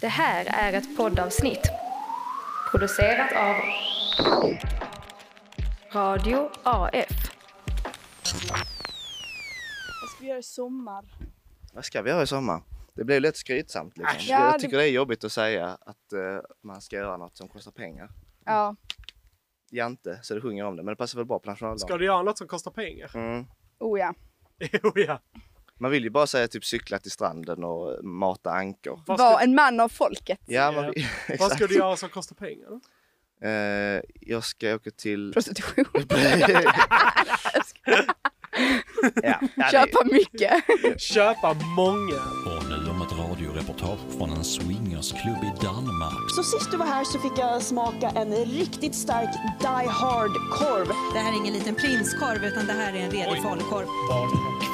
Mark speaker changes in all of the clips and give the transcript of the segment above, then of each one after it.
Speaker 1: Det här är ett poddavsnitt producerat av Radio AF.
Speaker 2: Vad ska vi göra i sommar?
Speaker 3: Vad ska vi göra i sommar? Det blir lite skrytsamt liksom.
Speaker 2: Äsch. Ja,
Speaker 3: jag tycker det är jobbigt att säga att eh, man ska göra något som kostar pengar.
Speaker 2: Ja.
Speaker 3: Jante, så det sjunger om det. Men det passar väl bra på
Speaker 4: Ska
Speaker 3: nationaldagen.
Speaker 4: du göra något som kostar pengar?
Speaker 3: Mm.
Speaker 2: Oh ja.
Speaker 4: jo, ja.
Speaker 3: Man vill ju bara säga typ cykla till stranden och mata ankor.
Speaker 4: Vad
Speaker 2: Var
Speaker 4: ska,
Speaker 2: en man av folket.
Speaker 3: Ja, man
Speaker 4: Ja.
Speaker 3: vill,
Speaker 4: vad
Speaker 3: exakt.
Speaker 4: ska du göra som kostar pengar? då?
Speaker 3: Eh, jag ska åka till...
Speaker 2: Prostitution.
Speaker 3: ja. Ja, det,
Speaker 2: Köpa mycket.
Speaker 4: Köpa många.
Speaker 5: Och nu om ett radioreportage från en swingersklubb i Danmark.
Speaker 6: Så sist du var här så fick jag smaka en riktigt stark Die Hard-korv.
Speaker 7: Det här är ingen liten prinskorv utan det här är en redig falukorv.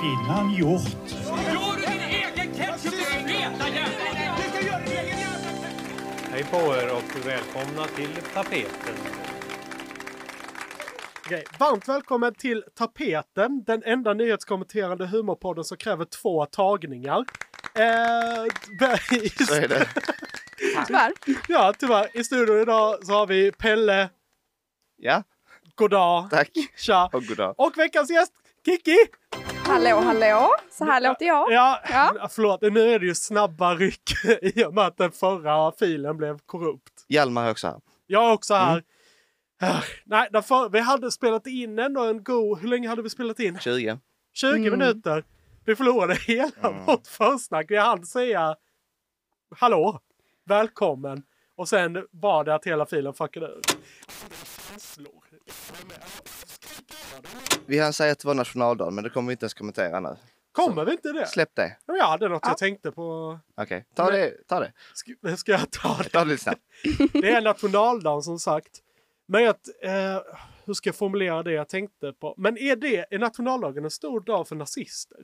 Speaker 8: kvinnan gjort?
Speaker 9: Hej på er och välkomna till tapeten.
Speaker 4: Okej. Varmt välkommen till Tapeten, den enda nyhetskommenterande humorpodden som kräver två tagningar. Eh,
Speaker 3: så är det.
Speaker 2: Tyvärr.
Speaker 4: ja, tyvärr. I studion idag så har vi Pelle,
Speaker 3: Ja,
Speaker 4: goddag,
Speaker 3: tack.
Speaker 4: tja.
Speaker 3: Och goddag.
Speaker 4: Och veckans gäst, Kiki!
Speaker 2: Hallå, hallå. Så här låter jag.
Speaker 4: Ja,
Speaker 2: Ja.
Speaker 4: förlåt. Nu är det ju snabba ryck i och med att den förra filen blev korrupt.
Speaker 3: Hjalmar är också här.
Speaker 4: Jag är också här. Ah, Nej, därför, vi hade spelat in ändå en god... Hur länge hade vi spelat in?
Speaker 3: 20.
Speaker 4: 20 minuter. Vi förlorade hela vårt försnack. Vi hann säga hallå, välkommen. Och sen var det att hela filen fuckade ur.
Speaker 3: Vi hann säga att det var nationaldagen, men det kommer vi inte ens kommentera nu.
Speaker 4: Kommer vi inte det?
Speaker 3: Släpp det.
Speaker 4: Ja, Jag hade något
Speaker 2: Ja.
Speaker 4: jag tänkte på.
Speaker 3: Okej, ta, det, ta det.
Speaker 4: Ska, ska jag ta det?
Speaker 3: Ta det lite snabbt.
Speaker 4: Det är nationaldagen som sagt. Men jag, eh, hur ska jag formulera det jag tänkte på? Men är, det, är nationaldagen en stor dag för nazister?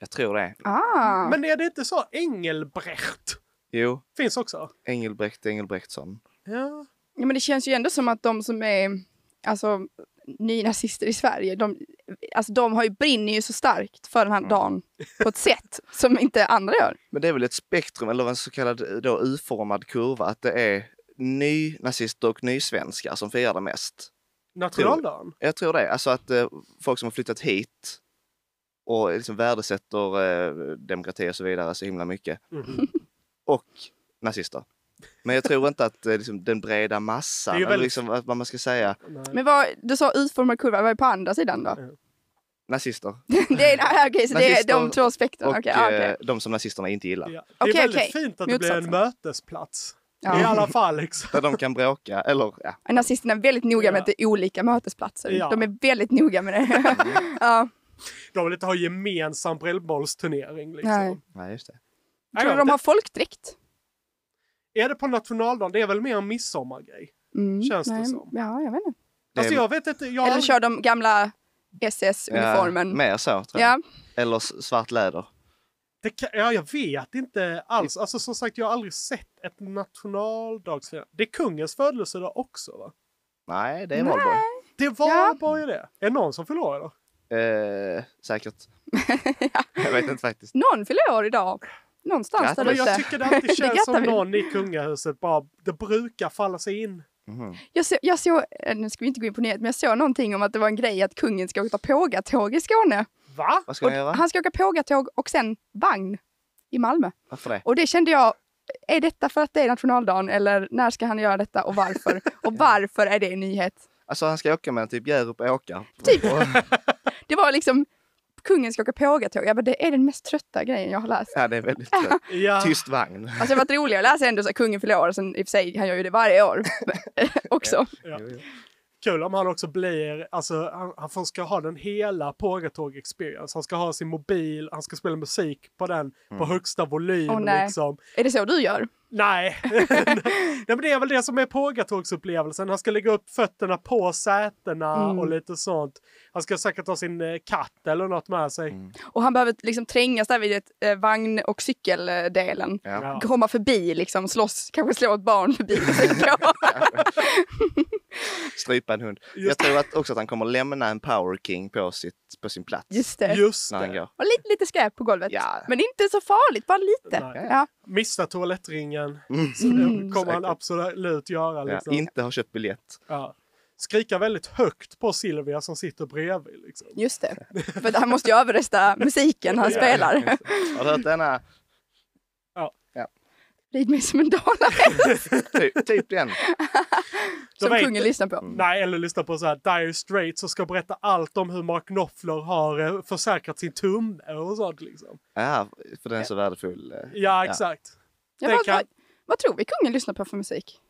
Speaker 3: Jag tror det.
Speaker 2: Ah.
Speaker 4: Men är det inte så Engelbrekt?
Speaker 3: Jo,
Speaker 4: Finns också.
Speaker 3: Engelbrekt Engelbrektsson.
Speaker 4: Ja.
Speaker 2: Ja, men det känns ju ändå som att de som är alltså, nynazister i Sverige, de, alltså, de har ju, brinner ju så starkt för den här dagen på ett sätt som inte andra gör.
Speaker 3: Men det är väl ett spektrum, eller en så kallad eh, då, U-formad kurva, att det är nynazister och nysvenskar som firar det mest.
Speaker 4: Nationaldagen?
Speaker 3: Jag tror det. Alltså att eh, folk som har flyttat hit och liksom värdesätter eh, demokrati och så vidare så himla mycket.
Speaker 2: Mm.
Speaker 4: Mhm.
Speaker 3: Och nazister. Men jag tror inte att eh, liksom, den breda massan,
Speaker 4: Det är ju
Speaker 3: eller
Speaker 4: väldigt-
Speaker 3: liksom, vad vad man ska säga,
Speaker 4: Nej.
Speaker 2: Men vad, du sa utformad kurva, vad är på andra sidan då?
Speaker 3: nazister
Speaker 2: det är, ah, okej, så det är de
Speaker 3: Nazister
Speaker 2: två
Speaker 3: och
Speaker 2: spektren. Okej, ah, okej.
Speaker 3: eh, de som nazisterna inte gillar.
Speaker 4: Ja. Det är
Speaker 2: Okej,
Speaker 4: väldigt
Speaker 2: okej.
Speaker 4: fint att det blir en
Speaker 2: Motsatsen.
Speaker 4: mötesplats. I
Speaker 2: Ja.
Speaker 4: alla fall liksom.
Speaker 3: Där de kan bråka, eller ja,
Speaker 2: Nazisterna är väldigt noga med att det är olika mötesplatser.
Speaker 4: Ja.
Speaker 2: De är väldigt noga med det. ja.
Speaker 4: De vill inte ha gemensam brevbollsturnering liksom.
Speaker 2: Nej.
Speaker 3: nej just det.
Speaker 2: Tror du de har folkdräkt?
Speaker 4: Är det på nationaldagen? Det är väl mer en midsommargrej?
Speaker 2: Mm,
Speaker 4: Känns det
Speaker 2: nej,
Speaker 4: som.
Speaker 2: Ja, jag vet inte.
Speaker 3: det
Speaker 4: Alltså
Speaker 3: är-
Speaker 4: jag vet inte. Jag har
Speaker 2: Eller kör de gamla
Speaker 3: Ja,
Speaker 2: SS-uniformen.
Speaker 3: Eh, mer så tror jag.
Speaker 2: Ja,
Speaker 3: Eller s- svart läder.
Speaker 4: Det kan, ja, jag vet inte alls. Alltså som sagt, jag har aldrig sett ett nationaldagsfirande. Det är kungens födelsedag också va?
Speaker 3: Nej, det är valborg.
Speaker 4: Det var
Speaker 2: Ja.
Speaker 4: bara det. Är det någon som förlorar idag?
Speaker 3: Eh, säkert. Jag vet inte faktiskt.
Speaker 2: någon fyller år idag. Någonstans där
Speaker 3: Grattis.
Speaker 4: Men
Speaker 2: ute.
Speaker 4: jag tycker det alltid känns
Speaker 2: grattar
Speaker 4: som
Speaker 2: vi.
Speaker 4: någon i kungahuset bara, det brukar falla sig in.
Speaker 2: Jag, så, jag såg, eh, nu ska vi inte gå in på nyhet, men jag såg någonting om att det var en grej att kungen ska åka pågatåg i Skåne.
Speaker 4: Va?
Speaker 3: Vad ska man göra?
Speaker 2: Han ska åka pågatåg och sen vagn i Malmö.
Speaker 3: Varför det?
Speaker 2: Och det kände jag, är detta för att det är nationaldagen eller när ska han göra detta och varför? Och varför är det en nyhet?
Speaker 3: Alltså han ska åka mellan typ Hjärup och Åkarp.
Speaker 2: Typ.
Speaker 3: Och-
Speaker 2: Det var liksom, kungen ska åka pågatåg. Jag bara, det är den mest trötta grejen jag har läst.
Speaker 3: Ja, det är väldigt trött.
Speaker 4: Ja.
Speaker 3: Tyst vagn.
Speaker 2: Alltså det har varit roligare att läsa ändå så här, kungen fyller år, sen i och för sig, han gör ju det varje år också.
Speaker 4: Kul om han också blir, alltså han, han får- ska ha den hela Pågatåg experience. Han ska ha sin mobil, han ska spela musik på den på högsta volym
Speaker 2: Åh, nej.
Speaker 4: liksom.
Speaker 2: Är det så du gör?
Speaker 4: Nej. nej men det är väl det som är Pågatågsupplevelsen. Han ska lägga upp fötterna på sätena och lite sånt. Han ska säkert ha sin eh, katt eller något med sig.
Speaker 3: Mm,
Speaker 2: Och han behöver liksom trängas där vid ett, eh, vagn och cykeldelen.
Speaker 3: Ja.
Speaker 4: Ja.
Speaker 2: Komma förbi liksom, slåss, kanske slå ett barn förbi och sen gå.
Speaker 3: strypa en hund. Jag
Speaker 4: Just-
Speaker 3: tror att också att han kommer lämna en power king på, sitt, på sin plats
Speaker 2: Just det.
Speaker 4: Just
Speaker 3: när han
Speaker 4: det.
Speaker 3: går.
Speaker 2: Och lite, lite skräp på golvet.
Speaker 3: Ja.
Speaker 2: Men inte så farligt, bara lite.
Speaker 4: Nej.
Speaker 2: Ja.
Speaker 4: Missa toalettringen.
Speaker 3: Mm.
Speaker 4: Så det kommer han
Speaker 3: Säkert.
Speaker 4: absolut göra.
Speaker 3: Ja,
Speaker 4: Liksom.
Speaker 3: inte har köpt biljett.
Speaker 4: Ja. Skrika väldigt högt på Silvia som sitter bredvid. Liksom.
Speaker 2: Just det. För att han måste ju överrösta musiken han
Speaker 4: Ja.
Speaker 2: spelar.
Speaker 3: Har du hört denna?
Speaker 2: Rid mig som en dalare.
Speaker 3: Typ, typ den.
Speaker 2: Som
Speaker 4: vet-
Speaker 2: kungen lyssnar på.
Speaker 4: Nej, eller lyssna på så här Dire Straits som ska berätta allt om hur Mark Knopfler har eh, försäkrat sin tumme och sånt. Liksom.
Speaker 3: Ja, för den är så värdefull. eh.
Speaker 4: Ja, exakt.
Speaker 2: Ja,
Speaker 4: Det
Speaker 2: vad,
Speaker 4: kan-
Speaker 2: vad, vad tror vi kungen lyssnar på för musik?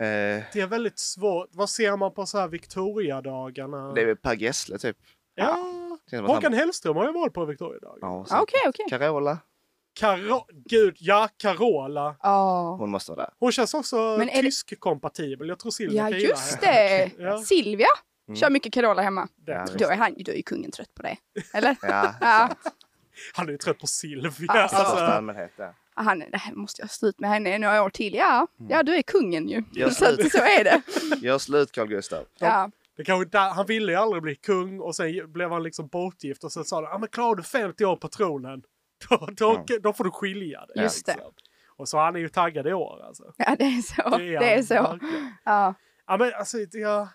Speaker 3: Eh,
Speaker 4: Det är väldigt svårt. Vad ser man på så här Victoriadagarna?
Speaker 3: det är väl Per Gessle typ.
Speaker 4: Ja.
Speaker 3: Känns som att
Speaker 4: Håkan
Speaker 3: han-
Speaker 4: Hellström har ju varit på Victoriadagarna.
Speaker 3: Ja,
Speaker 2: Ja,
Speaker 3: säkert.
Speaker 2: Okej, okej.
Speaker 3: Carola,
Speaker 4: Karo- Gud, ja, Carola.
Speaker 2: Ja.
Speaker 3: hon måste vara där.
Speaker 4: Hon känns också
Speaker 2: Men är det-
Speaker 4: tysk-kompatibel. Jag tror Silvia
Speaker 2: Ja,
Speaker 4: kan gilla
Speaker 2: just
Speaker 4: henne.
Speaker 2: det.
Speaker 4: Ja.
Speaker 2: Silvia kör mycket Carola hemma.
Speaker 4: Det-
Speaker 3: Mm. Ja,
Speaker 2: Då är, han, då är ju kungen trött på det. Eller?
Speaker 3: Ja,
Speaker 2: Ja.
Speaker 4: Han är ju trött på Silvia.
Speaker 2: Ja,
Speaker 3: i största
Speaker 4: alltså,
Speaker 3: allmänhet. Ja.
Speaker 2: Han, det här måste jag stå ut med henne i några år till. Ja, ja du är kungen ju.
Speaker 3: Mm. Ja,
Speaker 2: så, att,
Speaker 3: absolut.
Speaker 2: så är det.
Speaker 3: Gör slut Carl Gustav.
Speaker 2: Ja.
Speaker 4: det kanske där, han ville ju aldrig bli kung och sen blev han liksom bortgift och sen sa de ah, men klarar du 50 år på tronen då, då, då får du skilja dig.
Speaker 2: Just det.
Speaker 4: liksom. Och så han är ju taggad i år alltså.
Speaker 2: ja, det är så. Det är,
Speaker 4: han
Speaker 2: så.
Speaker 4: verkligen.
Speaker 2: Ja.
Speaker 4: Ja, men alltså, det- ja,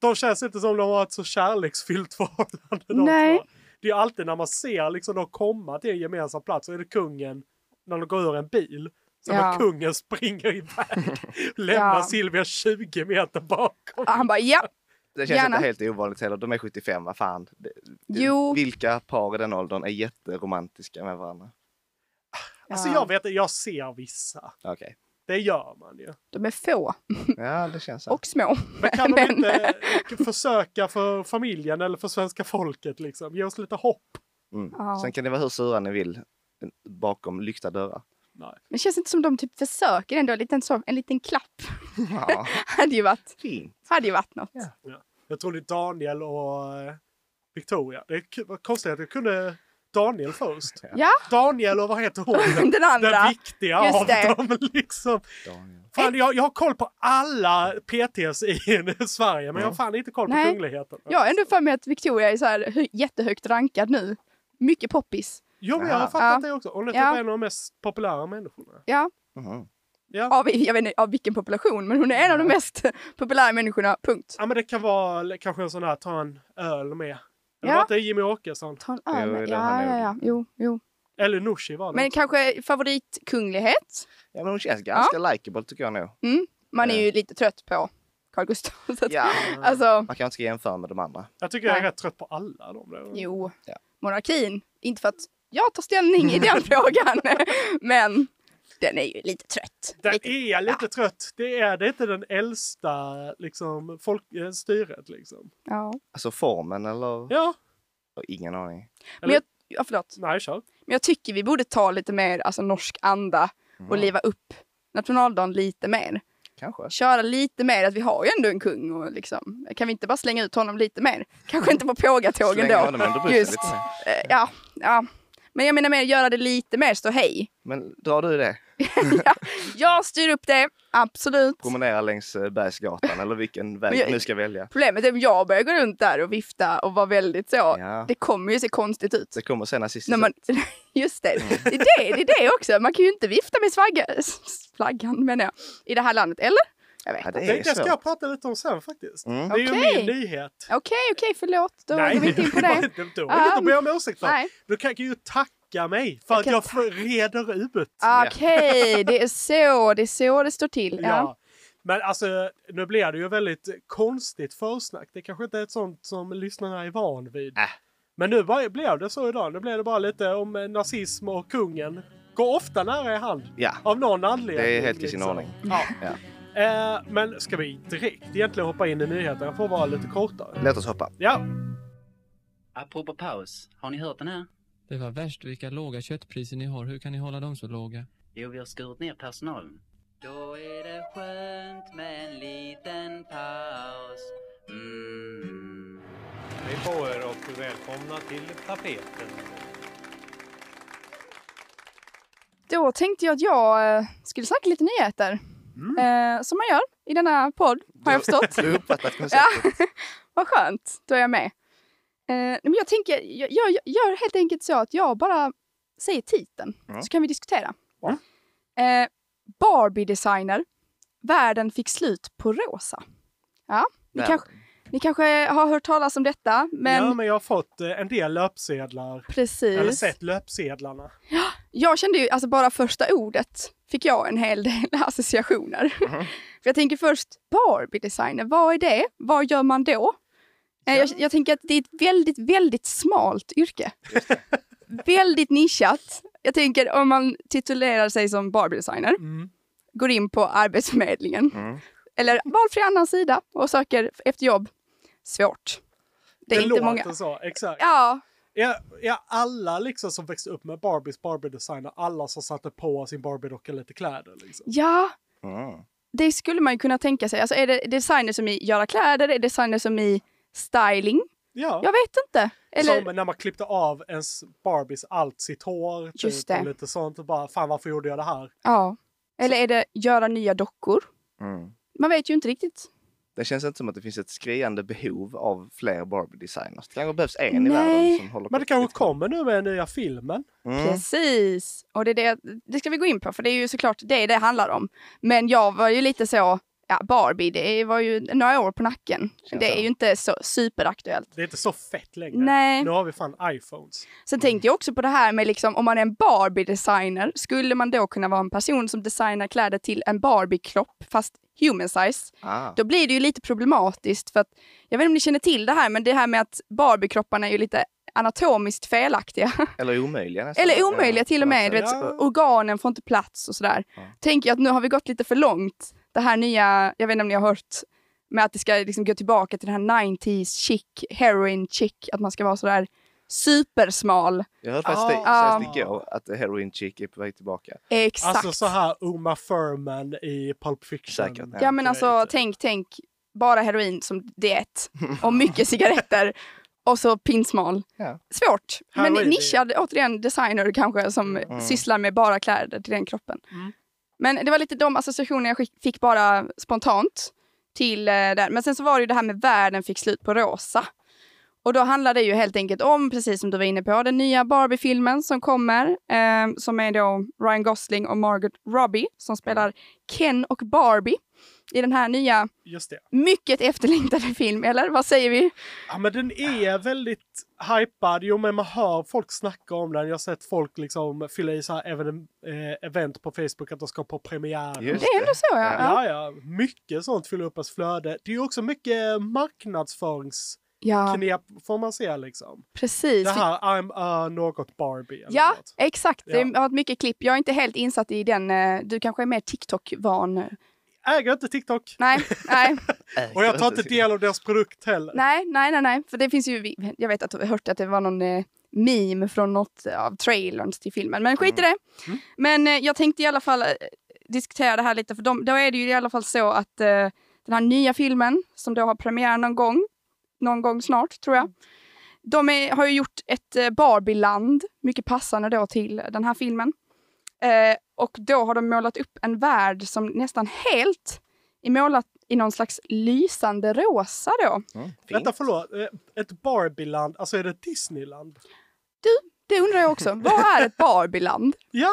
Speaker 4: de känns inte som de har ett så kärleksfyllt förhållande. de
Speaker 2: Nej.
Speaker 4: två. Det är ju alltid när man ser liksom de komma till en gemensam plats så är det kungen när de går ur en bil. Så
Speaker 2: Ja.
Speaker 4: när kungen springer iväg och lämnar
Speaker 2: Ja.
Speaker 4: Silvia 20 meter bakom.
Speaker 2: Ja, Han bara ja,
Speaker 3: Det känns
Speaker 2: Gärna.
Speaker 3: inte helt ovanligt heller. De är 75, vad fan. Det- det-
Speaker 2: Jo.
Speaker 3: Vilka par i den åldern är jätteromantiska med varandra?
Speaker 4: Alltså
Speaker 2: Ja.
Speaker 4: jag vet jag ser vissa.
Speaker 3: Okej.
Speaker 4: Det gör man ju.
Speaker 2: de är få
Speaker 3: Ja, det känns så.
Speaker 2: och små.
Speaker 4: Men kan de
Speaker 2: Men-
Speaker 4: inte eh, försöka för familjen eller för svenska folket liksom? Ge oss lite hopp.
Speaker 3: Mm.
Speaker 2: Ja.
Speaker 3: Sen kan det vara hur sura ni vill eh, bakom lyckta dörrar.
Speaker 2: Men det känns inte som de typ försöker ändå. En liten, så, en liten klapp
Speaker 3: Ja,
Speaker 2: hade ju varit,
Speaker 3: fint.
Speaker 2: hade ju varit något. Ja.
Speaker 4: Jag tror det är Daniel och eh, Victoria. Det är ku- vad konstigt att jag kunde Daniel först. Daniel och vad heter hon?
Speaker 2: Den andra.
Speaker 4: Den viktiga
Speaker 2: Just
Speaker 4: av
Speaker 2: det.
Speaker 4: dem liksom. Fan, jag, jag har koll på alla PTs i Sverige men jag har fan inte koll på
Speaker 2: Nej.
Speaker 4: kungligheten.
Speaker 2: Jag har ändå för mig att Victoria är så här hö- jättehögt rankad nu. Mycket poppis.
Speaker 4: Jo men jag har
Speaker 3: Aha.
Speaker 4: fattat
Speaker 2: Ja.
Speaker 4: det också. Hon är
Speaker 2: Ja.
Speaker 4: typ en av de mest populära människorna.
Speaker 2: Ja,
Speaker 3: Mhm.
Speaker 4: Ja.
Speaker 2: av, jag vet inte av vilken population, men hon är en av de mest populära människorna. Punkt.
Speaker 4: Ja men det kan vara l- kanske en sån här ta en öl med. Eller
Speaker 2: Ja.
Speaker 4: var inte det Jimmy Åkesson?
Speaker 2: Ta en
Speaker 3: Jo,
Speaker 2: öl.
Speaker 3: det har
Speaker 2: Ja,
Speaker 3: han
Speaker 2: ja,
Speaker 3: nog.
Speaker 2: ja. Jo, jo.
Speaker 4: Eller Nooshi var det.
Speaker 2: Men
Speaker 4: också.
Speaker 2: kanske favoritkunglighet.
Speaker 3: Ja, men hon känns ganska likeable tycker jag nog.
Speaker 2: Man är ju lite trött på Carl Gustaf. Så att,
Speaker 3: Ja.
Speaker 2: Alltså,
Speaker 3: Man kanske inte ska jämföra med de andra.
Speaker 4: Jag tycker jag är
Speaker 2: Nej.
Speaker 4: rätt trött på alla de där.
Speaker 2: jo.
Speaker 3: Ja.
Speaker 2: Monarkin. Inte för att jag tar ställning i den frågan, men den är ju lite trött.
Speaker 4: Den
Speaker 2: Lite.
Speaker 4: är lite trött. Det är, det är inte den äldsta liksom, folk, eh, styret. Liksom.
Speaker 2: Ja.
Speaker 3: Alltså formen eller?
Speaker 4: Ja,
Speaker 3: Ingen aning.
Speaker 2: Men jag, ja, förlåt.
Speaker 4: nej kör.
Speaker 2: Men jag tycker vi borde ta lite mer alltså, norsk anda och
Speaker 3: Mm.
Speaker 2: liva upp nationaldagen lite mer.
Speaker 3: Kanske.
Speaker 2: Köra lite mer, att vi har ju ändå en kung och liksom, kan vi inte bara slänga ut honom lite mer? Kanske inte på pågatågen
Speaker 3: Slänga
Speaker 2: då.
Speaker 3: honom under bussen
Speaker 2: Just.
Speaker 3: lite mer.
Speaker 2: Eh, ja, ja. Men jag menar mer göra det lite mer stå hej.
Speaker 3: Men drar du det?
Speaker 2: ja, jag styr upp det, absolut.
Speaker 3: Promenera längs eh, Bergsgatan eller vilken
Speaker 2: Men
Speaker 3: väg
Speaker 2: jag-
Speaker 3: du nu ska välja.
Speaker 2: Problemet är om jag börjar gå runt där och vifta och vara väldigt så.
Speaker 3: Ja.
Speaker 2: Det kommer ju se konstigt ut.
Speaker 3: Det kommer sen nazistiskt.
Speaker 2: När man, just det.
Speaker 3: Mm.
Speaker 2: Det, är det, det är det också. Man kan ju inte vifta med svagga, s- flaggan menar jag, i det här landet. Eller? Jag vet
Speaker 3: Ja,
Speaker 2: inte.
Speaker 3: det
Speaker 4: Det,
Speaker 3: är
Speaker 4: det ska
Speaker 3: så.
Speaker 4: jag prata lite om sen faktiskt.
Speaker 3: Mm.
Speaker 4: Det är ju
Speaker 2: Okej.
Speaker 4: min nyhet.
Speaker 2: Okej, okej, förlåt. Då går vi inte in på
Speaker 4: var
Speaker 2: det.
Speaker 4: inte- det var inget
Speaker 2: Um,
Speaker 4: att be om ursäkt för.
Speaker 2: nej.
Speaker 4: Du kan ju tacka mig för
Speaker 2: Jag
Speaker 4: att
Speaker 2: kan
Speaker 4: jag
Speaker 2: ta-
Speaker 4: för- reder ut.
Speaker 2: Okej, det är så det, är så det står till. Ja.
Speaker 4: Ja. Men alltså, nu blir det ju väldigt konstigt försnack. Det kanske inte är ett sånt som lyssnarna är van
Speaker 3: Äh.
Speaker 4: vid. Men nu bara, blev det så idag. Nu blev det bara lite om eh, nazism och kungen. Går ofta nära i hand.
Speaker 3: Ja.
Speaker 4: Av någon anledning.
Speaker 3: Det är helt i sin
Speaker 4: liksom.
Speaker 3: ordning.
Speaker 4: Ja.
Speaker 3: Ja.
Speaker 4: Eh, men ska vi direkt egentligen hoppa in i nyheten? Får vara lite kortare.
Speaker 3: Låt oss hoppa.
Speaker 4: Ja,
Speaker 10: Apropå paus, har ni hört den här?
Speaker 11: Det var värst vilka låga köttpriser ni har. Hur kan ni hålla dem så låga?
Speaker 10: Jo, vi har skurit ner personalen. Då är det skönt med en liten paus. Mm.
Speaker 9: Hej på er och välkomna till tapeten.
Speaker 4: Mm.
Speaker 2: Då tänkte jag att jag eh, skulle snacka lite nyheter. Eh, som man gör i denna podd, har jag förstått.
Speaker 3: Du har uppfattat
Speaker 2: ja,
Speaker 3: konceptet.
Speaker 2: vad skönt, då är jag med. Eh, men jag tänker, jag, jag, jag gör helt enkelt så att jag bara säger titeln,
Speaker 3: Ja.
Speaker 2: så kan vi diskutera. Eh, Barbie-designer, världen fick slut på rosa. Ja, ni,
Speaker 4: Världen.
Speaker 2: kanske, ni kanske har hört talas om detta, men,
Speaker 4: Ja, men jag har fått eh, en del löpsedlar.
Speaker 2: Precis.
Speaker 4: Eller sett löpsedlarna.
Speaker 2: jag kände ju, alltså bara första ordet fick jag en hel del associationer.
Speaker 4: Mhm.
Speaker 2: För jag tänker först, Barbie-designer, vad är det? Vad gör man då? Eh, Jag, jag tänker att det är ett väldigt, väldigt smalt yrke. väldigt nischat. Jag tänker om man titulerar sig som Barbie-designer,
Speaker 4: Mm.
Speaker 2: går in på Arbetsförmedlingen, eller valfri annan sida och söker efter jobb. Svårt. Det är inte
Speaker 4: låter
Speaker 2: många.
Speaker 4: så, exakt.
Speaker 2: Ja,
Speaker 4: Är, är alla liksom som växte upp med Barbies Barbie-designer, alla som satte på sin Barbie-docka lite kläder? Liksom.
Speaker 2: ja,
Speaker 3: Mm,
Speaker 2: det skulle man ju kunna tänka sig. Alltså är det designer som i göra kläder? Är det designer som i styling?
Speaker 4: Ja.
Speaker 2: Jag vet inte. Eller,
Speaker 4: Som när man klippte av ens Barbies allt sitt hår. typ,
Speaker 2: Just det.
Speaker 4: Och lite sånt och bara, fan varför gjorde jag det här?
Speaker 2: ja. Eller är det göra nya dockor?
Speaker 3: Mm.
Speaker 2: Man vet ju inte riktigt.
Speaker 3: Det känns inte som att det finns ett skriande behov av fler Barbie-designers. Det kanske behövs en i
Speaker 2: Nej.
Speaker 3: världen som håller på.
Speaker 4: Men det kanske kommer nu med nya filmen.
Speaker 3: Mm.
Speaker 2: Precis. Och det, är det, det ska vi gå in på, för det är ju såklart det det handlar om. Men jag var ju lite så, ja, Barbie, det var ju några år på nacken. Det är ju inte så superaktuellt.
Speaker 4: Det är inte så fett längre.
Speaker 2: Nej.
Speaker 4: Nu har vi fan iPhones.
Speaker 2: Sen tänkte jag också på det här med liksom, om man är en Barbie-designer, skulle man då kunna vara en person som designar kläder till en Barbie-kropp, fast human size?
Speaker 3: Ah.
Speaker 2: Då blir det ju lite problematiskt för att, jag vet inte om ni känner till det här, men det här med att Barbie-kropparna är ju lite anatomiskt felaktiga.
Speaker 3: Eller omöjliga nästan.
Speaker 2: Eller omöjliga
Speaker 3: Alltså, Ja,
Speaker 2: till och med,
Speaker 3: alltså,
Speaker 2: du vet,
Speaker 3: ja.
Speaker 2: organen får inte plats och sådär. Tänker jag att nu har vi gått lite för långt, det här nya, jag vet inte om ni har hört, med att det ska liksom gå tillbaka till den här 90s chic, heroin chic, att man ska vara sådär supersmal.
Speaker 3: Jag hörde faktiskt det
Speaker 2: Ja.
Speaker 3: senast igår att Heroin Chick är på väg tillbaka.
Speaker 2: Exakt.
Speaker 4: Alltså så här Uma Thurman i Pulp Fiction.
Speaker 3: Säkert,
Speaker 2: Ja men alltså tänk, tänk, bara heroin som diet och mycket cigaretter och så pinsmal.
Speaker 3: Ja.
Speaker 2: Svårt, men
Speaker 4: Heroin, det-
Speaker 2: nischad, återigen designer kanske som sysslar med bara kläder till den kroppen.
Speaker 4: Mm.
Speaker 2: Men det var lite de associationer jag skick- fick bara spontant till eh, där. Men sen så var det ju det här med världen fick slut på rosa. Och då handlar det ju helt enkelt om, precis som du var inne på, den nya Barbie-filmen som kommer, eh, som är då Ryan Gosling och Margot Robbie som spelar Ken och Barbie i den här nya,
Speaker 4: Just det.
Speaker 2: mycket efterlängtade film, eller vad säger vi?
Speaker 4: Ja men den är väldigt hypad. Jo men man hör folk snacka om den. Jag har sett folk liksom fylla i så här even, eh, event på Facebook att de ska på premiär.
Speaker 3: Just
Speaker 2: Det är ändå så, ja.
Speaker 4: Ja, ja. Mycket sånt fyller upp ens flöde. Det är ju också mycket marknadsföringsknep
Speaker 2: Ja,
Speaker 4: får man säga liksom.
Speaker 2: precis.
Speaker 4: Det här I'm a något Barbie. eller
Speaker 2: Ja,
Speaker 4: något.
Speaker 2: exakt. Det
Speaker 4: Ja.
Speaker 2: har varit mycket klipp. Jag är inte helt insatt i den. eh, Du kanske är mer TikTok-van.
Speaker 4: Äger inte TikTok.
Speaker 2: Nej, nej,
Speaker 4: Och jag tar inte del av deras produkt heller.
Speaker 2: nej, nej, nej, nej. För det finns ju, jag vet att jag hört att det var någon eh, meme från något av trailerns till filmen, men skit i det. Men eh, jag tänkte i alla fall eh, diskutera det här lite, för de, då är det ju i alla fall så att eh, den här nya filmen som då har premiär någon gång, någon gång snart tror jag, de är, har ju gjort ett eh, Barbie-land, mycket passande då till den här filmen. Eh, och då har de målat upp en värld som nästan helt är målat i någon slags lysande rosa då.
Speaker 3: Mm, fint.
Speaker 4: Vänta, förlåt. Eh, Ett Barbieland, alltså är det Disneyland?
Speaker 2: Det undrar jag också. Vad är ett Barbieland?
Speaker 4: Ja!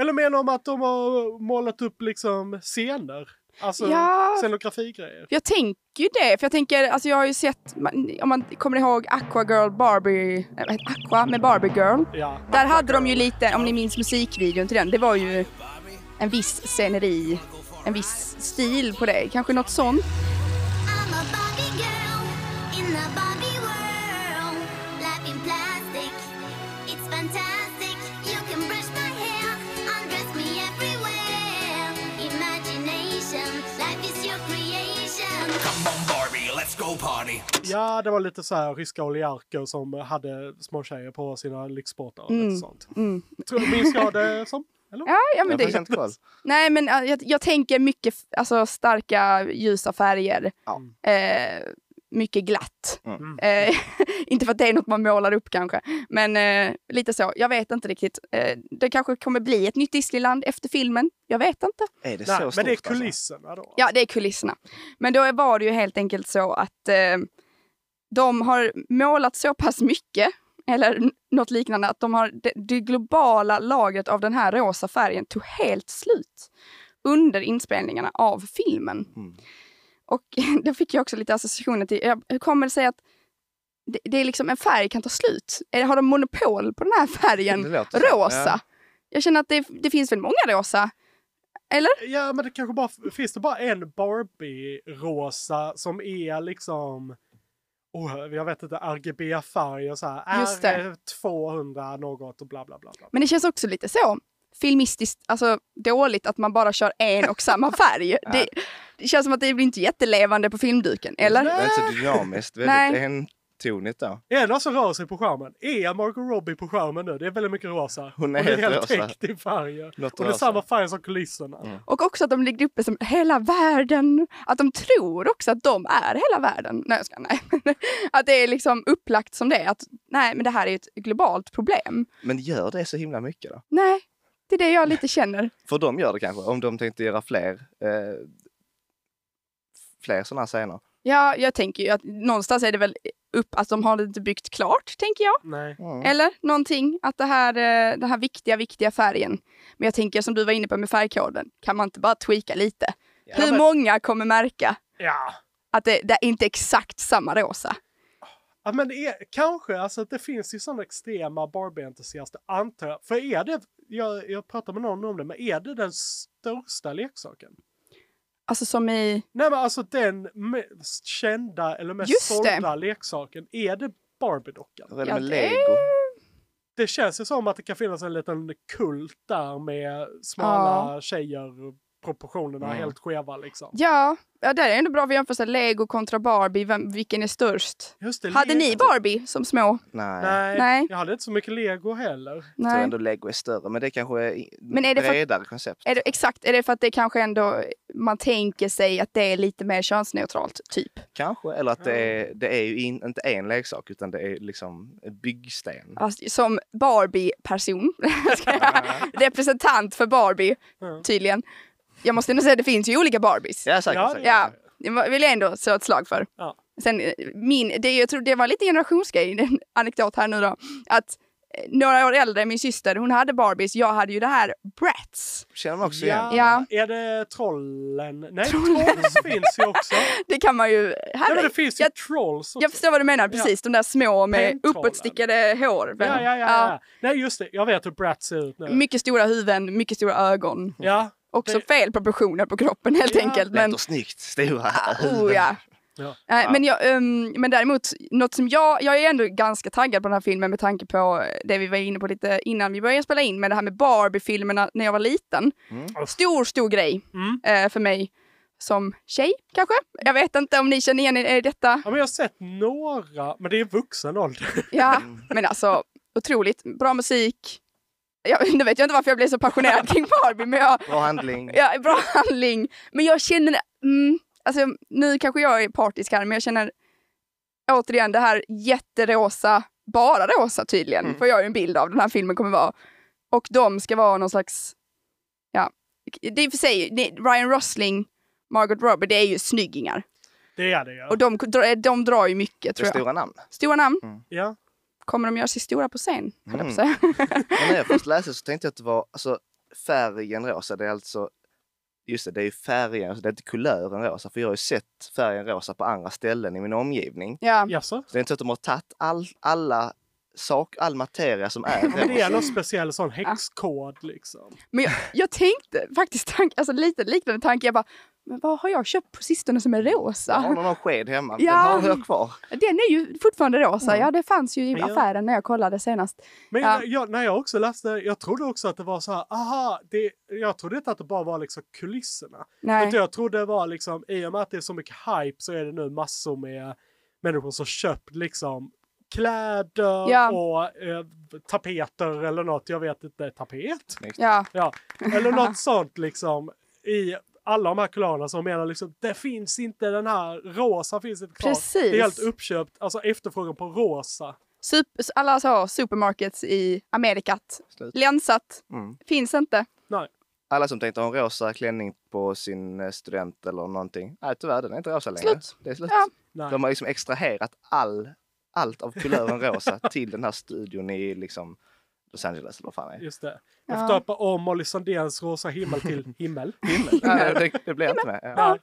Speaker 4: Eller menar de att de har målat upp liksom scener? Alltså
Speaker 2: Ja.
Speaker 4: scenografigrejer?
Speaker 2: För Jag tänker ju det. För jag tänker, alltså jag har ju sett, man- om man kommer ihåg Aqua Girl Barbie, eh, vad heter det? Aqua med Barbie Girl.
Speaker 4: Ja.
Speaker 2: Där hade de ju lite, om ni minns musikvideon till den, det var ju en viss sceneri, en viss stil på det. Kanske något sånt.
Speaker 12: I'm a Barbie girl in the Barbie world. Life in plastic, it's fantastic. You can brush my hair, undress me everywhere. Imagination, life is your creation.
Speaker 4: ja, det var lite så här ryska oligarker som hade små tjejer på sina lyxbåtar och
Speaker 2: Mm.
Speaker 4: lite sånt.
Speaker 2: Mm.
Speaker 4: Tror, minns jag det som? Eller?
Speaker 2: Ja, ja
Speaker 3: Jag har
Speaker 2: men
Speaker 3: faktiskt
Speaker 2: det.
Speaker 3: inte koll.
Speaker 2: Nej men eh, jag, jag tänker mycket, f- alltså starka ljusa färger.
Speaker 3: Ja.
Speaker 2: Eh, mycket glatt.
Speaker 3: Mm.
Speaker 2: Eh, inte för att det är något man målar upp kanske, men eh, lite så. Jag vet inte riktigt. Eh, det kanske kommer bli ett nytt Disneyland efter filmen. Jag vet inte.
Speaker 3: Är det
Speaker 4: Nej,
Speaker 3: så
Speaker 4: men
Speaker 3: stort
Speaker 4: det är
Speaker 3: alltså?
Speaker 4: kulisserna då.
Speaker 2: Ja, det är kulisserna. Men då var det ju helt enkelt så att eh, de har målat så pass mycket, eller n- något liknande, att de har det, det globala lagret av den här rosa färgen tog helt slut under inspelningarna av filmen.
Speaker 3: Mm.
Speaker 2: Och då fick jag också lite associationer till, jag hur kommer det sig att det, det är liksom en färg kan ta slut? Eller har de monopol på den här färgen?
Speaker 3: Det låter så.
Speaker 2: Rosa?
Speaker 3: Ja.
Speaker 2: Jag känner att det, det finns väl många rosa? Eller?
Speaker 4: Ja, men det kanske bara finns det bara en Barbie-rosa som är liksom Oh, jag vet inte, RGB-färg och så här.
Speaker 2: Just det.
Speaker 4: R200 något och bla bla bla. bla.
Speaker 2: Men det känns också lite så filmistiskt, alltså dåligt att man bara kör en och samma färg. det, det känns som att det blir inte jättelevande på filmduken, eller?
Speaker 3: Det är inte så dynamiskt, väldigt
Speaker 2: Nej.
Speaker 3: entonigt då.
Speaker 4: Ena som rör sig på skärmen är Margot Robbie på skärmen nu. Det är väldigt mycket rosa.
Speaker 3: Hon är
Speaker 4: och det
Speaker 3: helt rosa.
Speaker 4: täckt i färger.
Speaker 3: Något
Speaker 4: och det är
Speaker 3: rosa.
Speaker 4: samma färg som kulisserna.
Speaker 2: Och också att de ligger uppe som hela världen, att de tror också att de är hela världen. Nej, jag ska, nej. Att det är liksom upplagt som det är, att nej, men det här är ju ett globalt problem.
Speaker 3: Men gör det så himla mycket då?
Speaker 2: Nej, det är det jag lite känner.
Speaker 3: För de gör det kanske, om de tänkte göra fler, eh, fler sådana här scener.
Speaker 2: Ja, jag tänker ju att någonstans är det väl upp, att de har det inte byggt klart, tänker jag.
Speaker 4: Nej.
Speaker 3: Mm.
Speaker 2: Eller någonting, att det här, eh, den här viktiga, viktiga färgen. Men jag tänker som du var inne på med färgkoden, kan man inte bara tweaka lite? Hur
Speaker 4: men-
Speaker 2: många kommer märka
Speaker 4: Ja.
Speaker 2: att det, det är inte exakt samma rosa?
Speaker 4: Ja, men det är, kanske, alltså det finns ju sådana extrema Barbie-entusiaster, antar jag. För är det, jag, jag pratade med någon om det, men är det den största leksaken?
Speaker 2: Alltså som i...
Speaker 4: Nej men alltså den mest kända eller mest
Speaker 2: Just det.
Speaker 4: sålda leksaken, är det Barbie-dockan?
Speaker 3: Vad är det
Speaker 2: Ja,
Speaker 3: med
Speaker 2: det-
Speaker 3: lego?
Speaker 4: Det känns ju som att det kan finnas en liten kult där med smala tjejer och proportionerna
Speaker 3: Mm.
Speaker 4: helt skeva liksom.
Speaker 2: Ja, ja det är ändå bra att jämföra Lego kontra Barbie, Vem, vilken är störst?
Speaker 4: Just det,
Speaker 2: Hade ni
Speaker 4: lego.
Speaker 2: Barbie som små?
Speaker 3: Nej.
Speaker 4: Nej,
Speaker 2: Nej.
Speaker 4: jag hade inte så mycket lego heller.
Speaker 3: Jag tror
Speaker 2: Nej.
Speaker 3: ändå lego är större, men det kanske är i-
Speaker 2: Men är det för-
Speaker 3: bredare koncept.
Speaker 2: Är det, exakt, är det för att det kanske ändå man tänker sig att det är lite mer könsneutralt, typ?
Speaker 3: Kanske, eller att det är, det är ju in, inte en leksak utan det är liksom en byggsten.
Speaker 2: Alltså, som Barbie-person, ska jag- representant för Barbie,
Speaker 4: Mm.
Speaker 2: tydligen. Jag måste ändå säga, det finns ju olika Barbies.
Speaker 3: Ja, säkert.
Speaker 4: Ja,
Speaker 3: säkert.
Speaker 2: Ja, det var- vill jag ändå slå ett slag för.
Speaker 4: Ja.
Speaker 2: Sen, eh, min, det, jag tror det var lite generationsgrej, en anekdot här nu då. Att eh, några år äldre, min syster, hon hade Barbies, jag hade ju det här Bratz.
Speaker 3: Känner man också igen.
Speaker 4: Ja.
Speaker 2: Ja.
Speaker 4: Är det trollen? Nej, trolls finns ju också.
Speaker 2: Det kan man ju...
Speaker 4: Ja, men
Speaker 2: Här,
Speaker 4: det finns ju
Speaker 2: jag,
Speaker 4: trolls också.
Speaker 2: jag förstår vad du menar, precis. De där små med
Speaker 4: Pentrollen.
Speaker 2: uppåtstickade hår.
Speaker 4: Ja, ja, ja, ja. Nej, just det. Jag vet hur Bratz ser ut nu.
Speaker 2: Mycket stora huvuden, mycket stora ögon.
Speaker 4: Ja.
Speaker 2: Också
Speaker 4: Det-
Speaker 2: fel proportioner på kroppen helt
Speaker 4: Ja.
Speaker 2: enkelt.
Speaker 3: Men...
Speaker 2: Men,
Speaker 3: Lätt och snyggt, stora.
Speaker 2: oh, ja.
Speaker 4: Ja.
Speaker 2: Nej,
Speaker 3: Ja.
Speaker 2: Men, jag, ehm, men däremot, något som jag, jag är ändå ganska taggad på den här filmen med tanke på det vi var inne på lite innan vi började spela in med det här med Barbie-filmerna när jag var liten. Stor, stor grej
Speaker 4: Mm.
Speaker 2: eh, för mig som tjej kanske. Jag vet inte om ni känner igen er i detta.
Speaker 4: ja, men jag har sett några, men det är vuxen ålder.
Speaker 2: Ja, men alltså otroligt bra musik. Ja, nu vet jag inte varför jag blev så passionerad kring Barbie, men jag,
Speaker 3: Bra handling.
Speaker 2: Ja, bra handling. Men jag känner, mm, alltså nu kanske jag är partisk här, men jag känner återigen det här jätterosa, bara rosa tydligen,
Speaker 3: Mm.
Speaker 2: får jag ju en bild av den här filmen kommer vara. Och de ska vara någon slags, ja, det är i och för sig, det, Ryan Rosling, Margot Robbie, det är ju snyggingar.
Speaker 4: Det är det ju.
Speaker 2: Och de, de drar ju mycket
Speaker 3: Det är
Speaker 2: tror jag.
Speaker 3: stora namn.
Speaker 2: Stora namn.
Speaker 4: Ja.
Speaker 2: Kommer de göra sig stora på scen? höll jag på att
Speaker 3: Mm.
Speaker 2: säga.
Speaker 3: Men när jag först läste så tänkte jag att det var alltså, färgen rosa, det är alltså Just det, det är ju färgen, alltså det är inte kulören rosa, för jag har ju sett färgen rosa på andra ställen i min omgivning.
Speaker 2: ja.
Speaker 4: Jaså?
Speaker 3: Så det är inte så att de har tagit all, alla sak, all materia som är
Speaker 4: Men det är
Speaker 3: rosa.
Speaker 4: någon speciell sån häxkod liksom.
Speaker 2: Men jag, jag tänkte faktiskt tank, alltså lite liknande tanke. Jag bara, men vad har jag köpt på sistone som är rosa?
Speaker 3: Har någon någon sked hemma?
Speaker 2: Ja.
Speaker 3: Den har jag kvar.
Speaker 2: Den är ju fortfarande rosa. Ja, det fanns ju i
Speaker 4: Ja.
Speaker 2: affären när jag kollade senast.
Speaker 4: Men
Speaker 2: Ja.
Speaker 4: jag, när jag också läste, jag trodde också att det var så här, aha, det, jag trodde inte att det bara var liksom kulisserna.
Speaker 2: Nej.
Speaker 4: Utan jag trodde det var liksom, i och med att det är så mycket hype så är det nu massor med människor som köpt liksom kläder
Speaker 2: Ja.
Speaker 4: och eh, tapeter eller något, jag vet inte, tapet?
Speaker 2: Ja,
Speaker 4: Ja, eller något sånt liksom i alla de här kulörerna som menar liksom det finns inte den här rosa finns inte kvar.
Speaker 2: Precis.
Speaker 4: Det är helt uppköpt, alltså efterfrågan på rosa.
Speaker 2: Super, alla så, supermarkets i Amerikat.
Speaker 3: Slut.
Speaker 2: Länsat.
Speaker 3: Mm.
Speaker 2: Finns inte.
Speaker 3: Alla som tänkte ha en rosa klänning på sin eh, student eller någonting. Nej, tyvärr, den är inte rosa längre.
Speaker 2: Slut.
Speaker 3: Det är slut.
Speaker 2: Ja.
Speaker 4: Nej.
Speaker 3: De har liksom extraherat all, allt av kulören rosa till den här studion i liksom Los Angeles eller vad fan det är.
Speaker 4: Just det. Jag får
Speaker 2: Ja.
Speaker 4: döpa om Molly Sandéns rosa himmel till himmel.
Speaker 3: Nej, det, det blir jag inte med. Ja.
Speaker 4: Nej.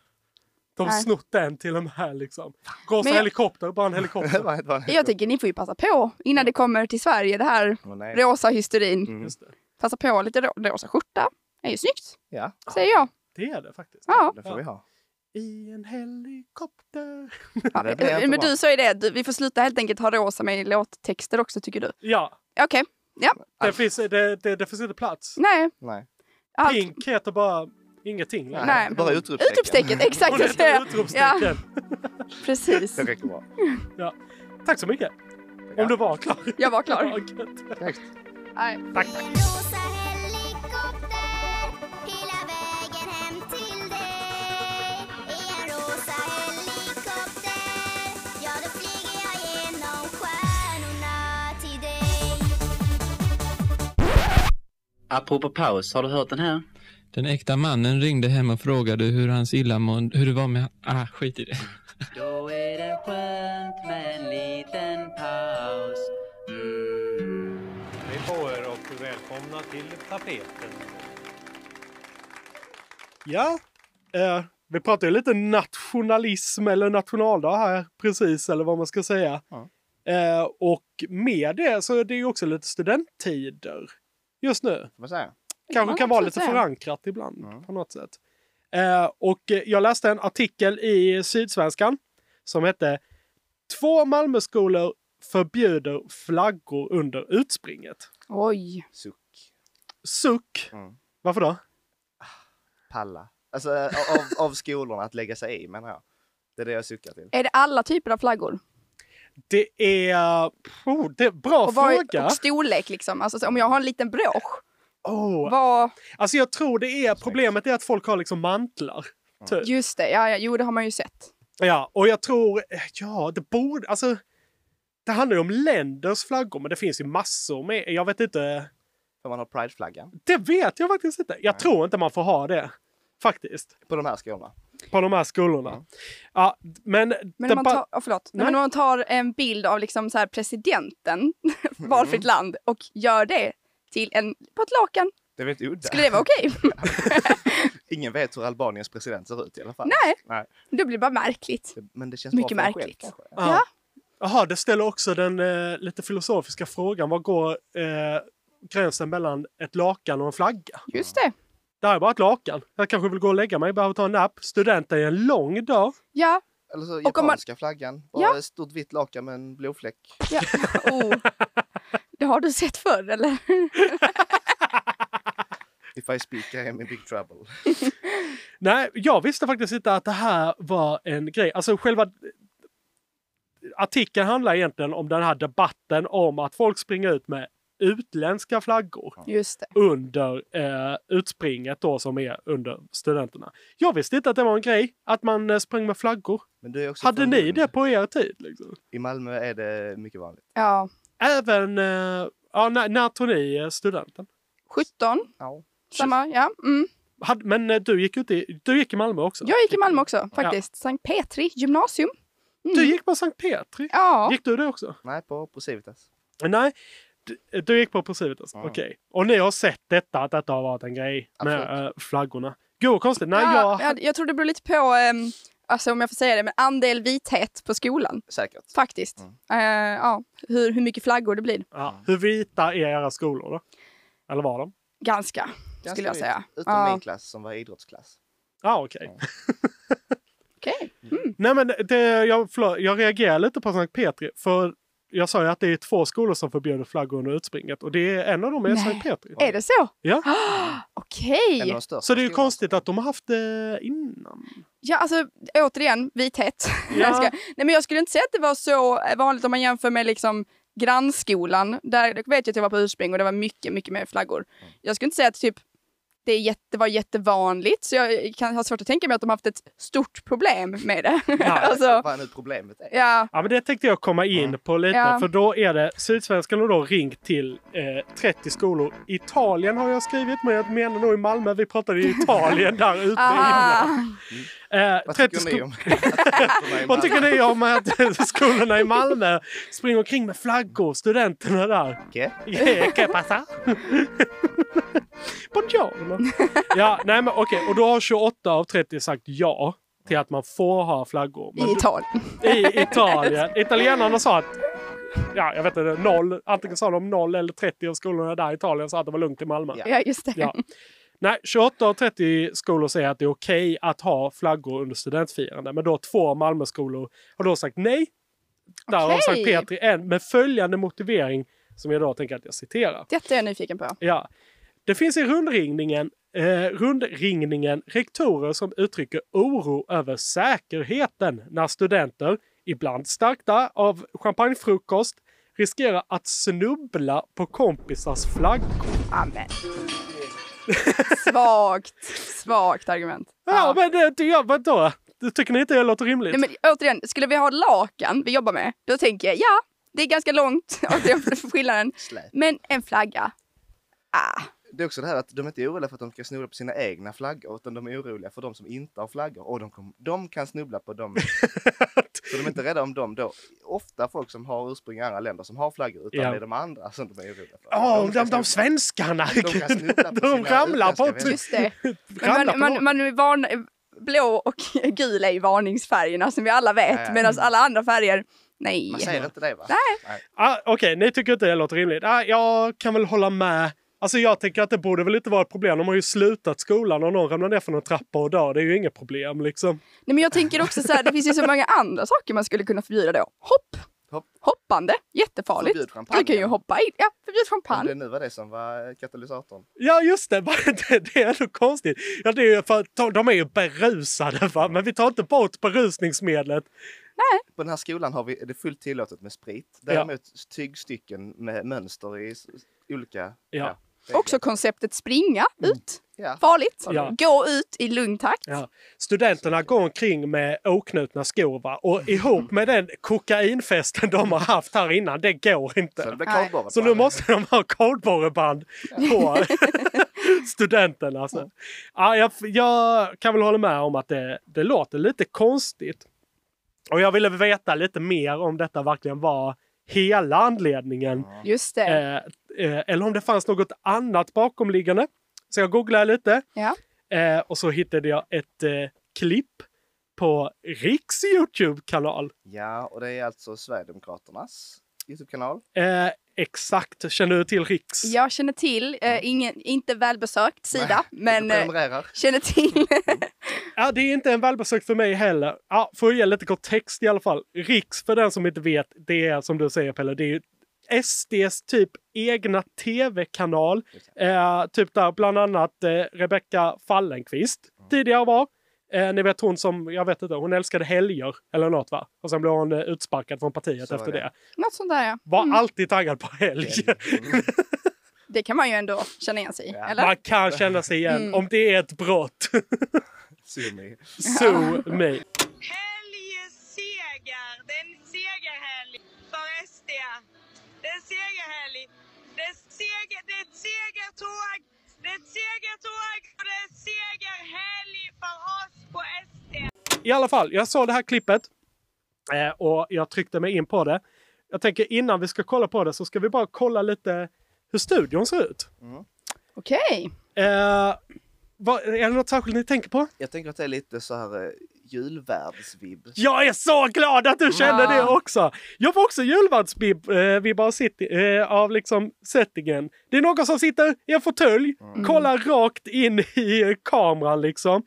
Speaker 4: De har
Speaker 2: Nej.
Speaker 4: snott den till och med liksom. Rosa
Speaker 2: Men jag-
Speaker 4: helikopter, bara en
Speaker 3: Det
Speaker 4: helikopter.
Speaker 3: var- det var-
Speaker 2: Jag tycker ni får ju passa på innan det kommer till Sverige det här
Speaker 3: Åh, nej.
Speaker 2: rosa hysterin.
Speaker 3: Mm.
Speaker 4: Just det.
Speaker 2: Passa på lite ro- rosa skjorta. Det är ju snyggt,
Speaker 3: Ja,
Speaker 2: säger jag.
Speaker 4: det är det faktiskt.
Speaker 2: Ja.
Speaker 3: det får vi ha.
Speaker 4: I en helikopter.
Speaker 2: Ja,
Speaker 3: det blir inte
Speaker 2: men
Speaker 3: bra.
Speaker 2: du sa ju det, du, vi får sluta helt enkelt ha rosa med i låttexter också tycker du.
Speaker 4: Ja,
Speaker 2: Okej,
Speaker 4: det finns, det, det, det finns inte plats.
Speaker 2: nej.
Speaker 3: Nej.
Speaker 2: Allt.
Speaker 4: Pink heter bara ingenting. längre.
Speaker 2: Nej.
Speaker 3: Bara utropstecken.
Speaker 2: Utropstecken, exakt.
Speaker 4: Och
Speaker 2: Jag
Speaker 4: det är
Speaker 2: säger. Ja,
Speaker 4: utropstecken.
Speaker 2: precis.
Speaker 3: Det räcker bra.
Speaker 4: Tack så mycket. Om du var klar.
Speaker 2: Jag var klar.
Speaker 4: Ja, gött.
Speaker 3: Tack.
Speaker 2: Nej.
Speaker 12: En rosa helikopter hela vägen hem till dig. I en rosa helikopter, ja då flyger jag genom stjärnorna till dig.
Speaker 10: Apropå paus, har du hört den här?
Speaker 11: Den äkta mannen ringde hem och frågade hur hans illamående, hur det var med... Ah, skit i det.
Speaker 10: Då är det skönt med en liten paus. Mm.
Speaker 9: Hej på er och välkomna till tapeten.
Speaker 4: Ja, eh, vi pratade ju lite nationalism eller nationaldag här precis, eller vad man ska säga.
Speaker 3: Ja.
Speaker 4: Eh, och med det så är det ju också lite studenttider just nu.
Speaker 3: Får man säga?
Speaker 4: Kanske
Speaker 2: man
Speaker 4: kan vara
Speaker 2: absolut
Speaker 4: lite
Speaker 2: säga.
Speaker 4: förankrat ibland
Speaker 3: Mm.
Speaker 4: på något sätt. Eh, och eh, jag läste en artikel i Sydsvenskan som hette Två Malmöskolor förbjuder flaggor under utspringet.
Speaker 2: Oj.
Speaker 3: Suck.
Speaker 4: Suck.
Speaker 3: Mm.
Speaker 4: Varför då?
Speaker 3: Palla. Alltså av, av skolorna att lägga sig i menar jag. Det är det jag suckar till.
Speaker 2: Är det alla typer av flaggor?
Speaker 4: Det är... Oh, det är bra
Speaker 2: Och, vad-
Speaker 4: fråga.
Speaker 2: och storlek liksom? Alltså så om jag har en liten brosch,
Speaker 4: Oh.
Speaker 2: vad...
Speaker 4: Alltså jag tror det är problemet är att folk har liksom mantlar. Typ.
Speaker 2: Just det, ja, ja, jo det har man ju sett.
Speaker 4: Ja, och jag tror, eh, ja, det borde, alltså. Det handlar ju om länders flaggor, men det finns ju massor med. Jag vet inte.
Speaker 3: För man har prideflaggan
Speaker 4: Det vet jag faktiskt inte. Jag tror inte man får ha det. Faktiskt.
Speaker 3: på de här skolorna.
Speaker 4: På de här skolorna.
Speaker 3: Mm.
Speaker 4: Ja, men...
Speaker 2: Men
Speaker 4: det
Speaker 2: om man,
Speaker 4: ba-
Speaker 2: tar, oh, förlåt. Nej.
Speaker 4: Nej.
Speaker 2: Men om man tar en bild av liksom så här presidenten,
Speaker 4: Mm.
Speaker 2: varför ett land, och gör det till en, på ett lakan,
Speaker 3: Det är väl inte udda?
Speaker 2: skulle det vara okej?
Speaker 3: Ingen vet hur Albaniens president ser ut i alla fall.
Speaker 2: Nej.
Speaker 3: Nej.
Speaker 2: Då blir det bara märkligt.
Speaker 3: Det- Men det känns
Speaker 2: Mycket
Speaker 3: bra för en själv,
Speaker 2: märkligt.
Speaker 3: kanske.
Speaker 2: Ja.
Speaker 4: Jaha, det ställer också den eh, lite filosofiska frågan. Vad går eh, gränsen mellan ett lakan och en flagga?
Speaker 2: Just det.
Speaker 4: Det här är bara ett lakan. Jag kanske vill gå och lägga mig, behöver ta en napp. Studenten är en lång dag.
Speaker 2: Ja.
Speaker 3: Eller så
Speaker 2: om man-
Speaker 3: japanska flaggan. Bara
Speaker 2: Ja.
Speaker 3: ett stort vitt lakan med en blodfläck.
Speaker 2: ja. Oh. Det har du sett förr eller?
Speaker 3: If I speak I am in big trouble.
Speaker 4: Nej, jag visste faktiskt inte att det här var en grej. Alltså själva artikeln handlar egentligen om den här debatten om att folk springer ut med utländska flaggor
Speaker 2: Just det.
Speaker 4: under eh, utspringet då som är under studenterna. Jag visste inte att det var en grej att man eh, sprang med flaggor.
Speaker 3: Men du är också
Speaker 4: Hade
Speaker 3: från
Speaker 4: ni
Speaker 3: Lund.
Speaker 4: det på er tid? Liksom?
Speaker 3: I Malmö är det mycket vanligt.
Speaker 2: Ja.
Speaker 4: Även... Eh, ja, när, när tog ni eh, studenten?
Speaker 2: 17,
Speaker 3: Ja.
Speaker 2: samma. Ja. Mm.
Speaker 4: Hade- men eh, du, gick ut i, du gick i Malmö också?
Speaker 2: Jag gick i Malmö också faktiskt. Sankt Petri gymnasium. Mm.
Speaker 4: Du gick på Sankt Petri?
Speaker 2: Ja.
Speaker 4: Gick du det också? Eh,
Speaker 3: Nej, på, på Civitas.
Speaker 4: Nej, du, eh, du gick på principet alltså.
Speaker 3: Ja.
Speaker 4: Okej. Och ni har sett detta, att detta har varit en grej med
Speaker 3: Absolut.
Speaker 4: eh, flaggorna. Gud vad konstigt. Nej,
Speaker 2: ja,
Speaker 4: jag...
Speaker 2: jag, jag tror det beror lite på, ehm, alltså om jag får säga det, men andel vithet på skolan.
Speaker 3: Säkert.
Speaker 2: Faktiskt.
Speaker 3: Mm.
Speaker 2: Eh, ja, hur, hur mycket flaggor det blir.
Speaker 4: Ja. Hur vita är era skolor då? Eller var de?
Speaker 2: Ganska,
Speaker 3: Ganska
Speaker 2: skulle jag
Speaker 3: vitt.
Speaker 2: säga.
Speaker 3: Utom
Speaker 2: Ja.
Speaker 3: min klass som var idrottsklass.
Speaker 4: Ja, ah, okej.
Speaker 2: Okej.
Speaker 4: Nej, men det, jag, förlåt, jag reagerar lite på Sankt Petri. För jag sa ju att det är två skolor som förbjuder flaggor under utspringet. Och det är en av dem är
Speaker 2: Nej.
Speaker 4: Sankt Petri.
Speaker 2: Är det så?
Speaker 4: Ja.
Speaker 2: Okej.
Speaker 3: En av de största
Speaker 4: Så det är ju
Speaker 3: skolorna.
Speaker 4: konstigt att de har haft det innan.
Speaker 2: Ja, alltså återigen, vithet. Jag ska- Nej, men jag skulle inte säga att det var så vanligt om man jämför med liksom
Speaker 4: Mm.
Speaker 2: grannskolan. Där vet jag att jag var på urspring och det var mycket, mycket mer flaggor. Jag skulle inte säga att typ Det, är jätte, det var jättevanligt, så jag kan ha svårt att tänka mig att de har haft ett stort problem med det. alltså,
Speaker 3: Vad är nu problemet? är.
Speaker 2: ja,
Speaker 4: Ja, men det tänkte jag komma in
Speaker 3: Mm.
Speaker 4: på lite.
Speaker 2: Ja.
Speaker 4: För då är det Sydsvenskan har då ringt till eh, 30 skolor. Italien har jag skrivit, men jag menar nog i Malmö. Vi pratade i Italien där ute.
Speaker 2: Aha.
Speaker 4: innan. Eh,
Speaker 3: Vad
Speaker 4: 30
Speaker 3: tycker ni
Speaker 4: sko-
Speaker 3: om
Speaker 4: Vad tycker ni om att skolorna i Malmö springer omkring med flaggor, studenterna där?
Speaker 3: Okej.
Speaker 4: Yeah, que pasa? Buongiorno! Ja, nej men okej, och då har 28 av 30 sagt ja till att man får ha flaggor. Men
Speaker 2: Ah, i Italien.
Speaker 4: i Italien. Italienarna sa att Ja, jag vet inte, noll. Antingen sa de noll eller 30 av skolorna där i Italien sa att det var lugnt i Malmö.
Speaker 2: Ja, just det.
Speaker 4: Ja. Nej, 28 av 30 skolor säger att det är okej att ha flaggor under studentfirande. Men då två Malmöskolor har då sagt nej. Där har
Speaker 2: Okej.
Speaker 4: Sankt Petri en med följande motivering som jag då tänker att jag citerar.
Speaker 2: Detta är jag nyfiken på.
Speaker 4: Ja. Det finns i rundringningen, eh, rundringningen rektorer som uttrycker oro över säkerheten när studenter, ibland stärkta av champagnefrukost, riskerar att snubbla på kompisars flaggor.
Speaker 2: Amen. Svagt, svagt argument.
Speaker 4: Ja, men det, det, ja, vadå? Det Tycker ni inte det låter rimligt?
Speaker 2: Nej, men återigen, skulle vi ha lakan vi jobbar med, då tänker jag ja, det är ganska långt, återigen för skillnaden.
Speaker 3: Släp.
Speaker 2: Men en flagga, ah,
Speaker 3: Det är också det här att de är inte oroliga för att de ska snubbla på sina egna flaggor utan de är oroliga för de som inte har flaggor. Och de, kom, de kan snubbla på dem. så de är inte rädda om dem då. Ofta folk som har ursprung i andra länder som har flaggor utan
Speaker 4: Ja.
Speaker 3: det är de andra som de är oroliga för.
Speaker 4: Ja,
Speaker 3: de,
Speaker 4: de,
Speaker 3: ska
Speaker 4: de, svenskarna!
Speaker 3: snubbla- de kan snubbla på
Speaker 4: De
Speaker 3: sina
Speaker 4: ramlar på
Speaker 3: utländska vänner.
Speaker 2: just det. Men
Speaker 4: ramlar
Speaker 2: man,
Speaker 4: på
Speaker 2: man,
Speaker 4: dem.
Speaker 2: man är van, blå och gul är ju varningsfärgerna som vi alla vet,
Speaker 3: Ja, ja.
Speaker 2: medan alla andra färger, nej.
Speaker 3: Man säger inte det va?
Speaker 4: Ah, Okej, ni tycker inte det låter rimligt. Ah, jag kan väl hålla med. Alltså jag tänker att det borde väl inte vara ett problem. De har ju slutat skolan och någon ramlar ner från en trappa och dör. Det är ju inget problem liksom.
Speaker 2: nej men jag tänker också så här, det finns ju så många andra saker man skulle kunna förbjuda då. Hopp,
Speaker 3: Hopp.
Speaker 2: hoppande, jättefarligt.
Speaker 3: Förbjud champagne.
Speaker 2: Du kan ju hoppa in, ja, förbjud
Speaker 3: Om
Speaker 2: champagne.
Speaker 3: det nu var det som var katalysatorn.
Speaker 4: Ja, just det. Det, det är nog konstigt. Ja, det är ju för, att de- de är ju berusade, va? men vi tar inte bort berusningsmedlet.
Speaker 3: På den här skolan har vi, är det fullt tillåtet med sprit. Däremot tygstycken med mönster i s- olika...
Speaker 4: Ja.
Speaker 3: det är
Speaker 2: Också konceptet springa ut,
Speaker 3: Mm. Ja.
Speaker 2: farligt.
Speaker 4: Ja.
Speaker 2: Gå ut i lugn takt.
Speaker 4: Ja. Studenterna går omkring med oknutna skor va? och ihop med den kokainfesten de har haft här innan, det går
Speaker 3: Så det
Speaker 4: inte.
Speaker 3: blir
Speaker 2: Nej.
Speaker 3: kardborre
Speaker 4: Så
Speaker 3: på
Speaker 4: nu
Speaker 3: den.
Speaker 4: måste de ha kardborreband på studenterna. Alltså. Ja, jag, jag kan väl hålla med om att det, det låter lite konstigt. Och jag ville veta lite mer om detta verkligen var hela anledningen
Speaker 2: Just det.
Speaker 4: Eh, eh, eller om det fanns något annat bakomliggande. Så jag googlade lite
Speaker 2: Ja.
Speaker 4: eh, och så hittade jag ett eh, klipp på Riks Youtube-kanal.
Speaker 3: Ja, och det är alltså Sverigedemokraternas Youtube-kanal.
Speaker 4: Eh, exakt, känner du till Riks?
Speaker 2: Jag känner till, eh, ingen, inte välbesökt sida, men eh,
Speaker 3: Prenumererar.
Speaker 2: känner till.
Speaker 4: Ja, det är inte en välbesökt för mig heller. Ja, får jag ge lite kort text i alla fall. Riks, för den som inte vet, det är som du säger Pelle, det är ju SDs typ egna tv-kanal. Eh, typ där bland annat eh, Rebecka Fallenkvist tidigare var. Eh, ni vet hon som, jag vet inte, hon älskade helger eller något va? Och sen blev hon eh, utsparkad från partiet
Speaker 3: Så var
Speaker 4: efter det.
Speaker 3: det.
Speaker 2: Något sånt där ja.
Speaker 4: Var alltid taggad på helg.
Speaker 2: Det kan man ju ändå känna igen sig i,
Speaker 3: Ja.
Speaker 2: eller?
Speaker 4: Man kan känna sig igen om det är ett brott.
Speaker 3: Sumi.
Speaker 4: so me.
Speaker 12: Helgseger! Det är en segerhelg för SD. Det är en segerhelg. Det är, seger, det är ett segertåg. Det är ett segertåg och det är segerhelg för oss på SD.
Speaker 4: I alla fall, jag såg det här klippet eh, och jag tryckte mig in på det. Jag tänker innan vi ska kolla på det så ska vi bara kolla lite hur studion ser ut.
Speaker 2: Okej.
Speaker 4: Eh, vad, är det något särskilt ni tänker på?
Speaker 3: Jag tänker att det är lite så här eh, julvärldsvibb.
Speaker 4: Jag är så glad att du känner det också! Jag får också julvärdsvibbar av, city- eh, av liksom settingen. Det är någon som sitter i en fåtölj, kollar rakt in i eh, kameran liksom.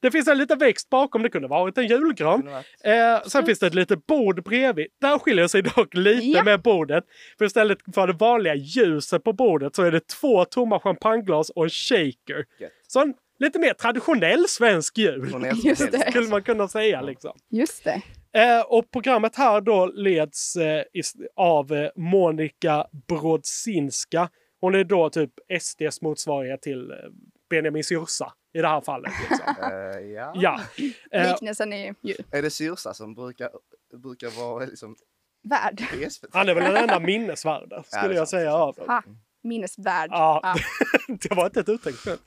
Speaker 4: Det finns en liten växt bakom, det kunde varit en julgran.
Speaker 3: Kunde varit.
Speaker 4: Eh, sen finns det ett litet bord bredvid. Där skiljer sig dock lite
Speaker 2: Mm. Ja.
Speaker 4: med bordet. För istället för det vanliga ljuset på bordet så är det två tomma champagneglas och en shaker.
Speaker 3: Gött.
Speaker 4: Så en lite mer traditionell svensk jul.
Speaker 3: Hon älskar
Speaker 2: Just
Speaker 3: helg.
Speaker 2: det.
Speaker 4: Skulle man kunna säga liksom.
Speaker 2: Just det.
Speaker 4: Eh, och programmet här då leds eh, is- av eh, Monica Brodzinska. Hon är då typ SDs motsvarighet till eh, Benjamin Syrsa i det här fallet. Liksom.
Speaker 3: Eh, ja.
Speaker 4: ja. Eh,
Speaker 2: Liknelsen är ju
Speaker 3: Är det Syrsa som brukar, brukar vara liksom
Speaker 2: värd.
Speaker 3: i SVT?
Speaker 4: han är väl den enda minnesvärda, skulle
Speaker 3: det är
Speaker 4: jag säga. av dem.
Speaker 2: Ha, minnesvärd.
Speaker 4: Ja.
Speaker 2: Ja.
Speaker 4: det var inte ett uttänkt skämt.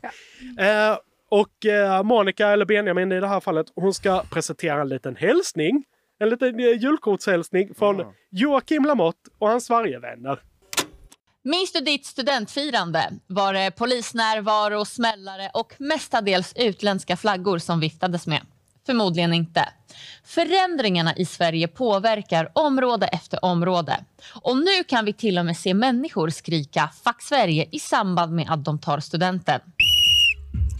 Speaker 4: Eh, och eh, Monica, eller Benjamin i det här fallet, hon ska presentera en liten hälsning. En liten eh, julkortshälsning från Joakim Lamotte och hans Sverigevänner.
Speaker 13: Minns du ditt studentfirande? Var det polisnärvaro, smällare och mestadels utländska flaggor som viftades med? Förmodligen inte. Förändringarna i Sverige påverkar område efter område. Och nu kan vi till och med se människor skrika “Fuck Sverige” i samband med att de tar studenten.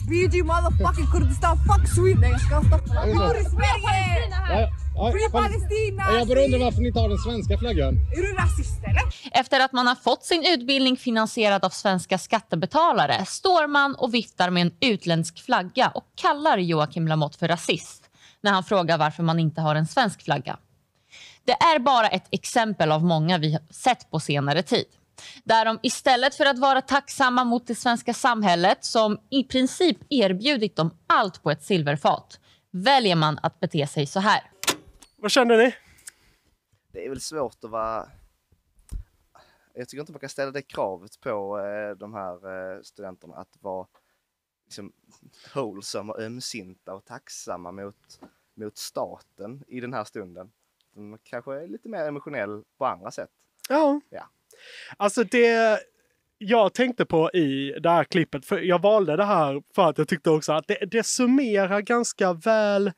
Speaker 14: Vi är ju motherfucking Kurdistan, fuck Sweden! Nej, jag ska stoppa
Speaker 15: Ja, just
Speaker 14: För
Speaker 15: det.
Speaker 14: Sverige! Free Palestina!
Speaker 15: Jag berundrar varför ni inte har den svenska flaggan.
Speaker 14: Är du rasist eller?
Speaker 13: Efter att man har fått sin utbildning finansierad av svenska skattebetalare står man och viftar med en utländsk flagga och kallar Joakim Lamotte för rasist när han frågar varför man inte har en svensk flagga. Det är bara ett exempel av många vi sett på senare tid. Där de istället för att vara tacksamma mot det svenska samhället som i princip erbjudit dem allt på ett silverfat väljer man att bete sig så här.
Speaker 4: Vad känner ni?
Speaker 3: Det är väl svårt att vara... Jag tycker inte man kan ställa det kravet på eh, de här eh, studenterna att vara liksom, wholesome och ömsinta och tacksamma mot, mot staten i den här stunden. Man kanske är lite mer emotionell på andra sätt.
Speaker 4: Ja.
Speaker 3: Ja.
Speaker 4: Alltså det jag tänkte på i det här klippet, för jag valde det här för att jag tyckte också att det, det summerar ganska väl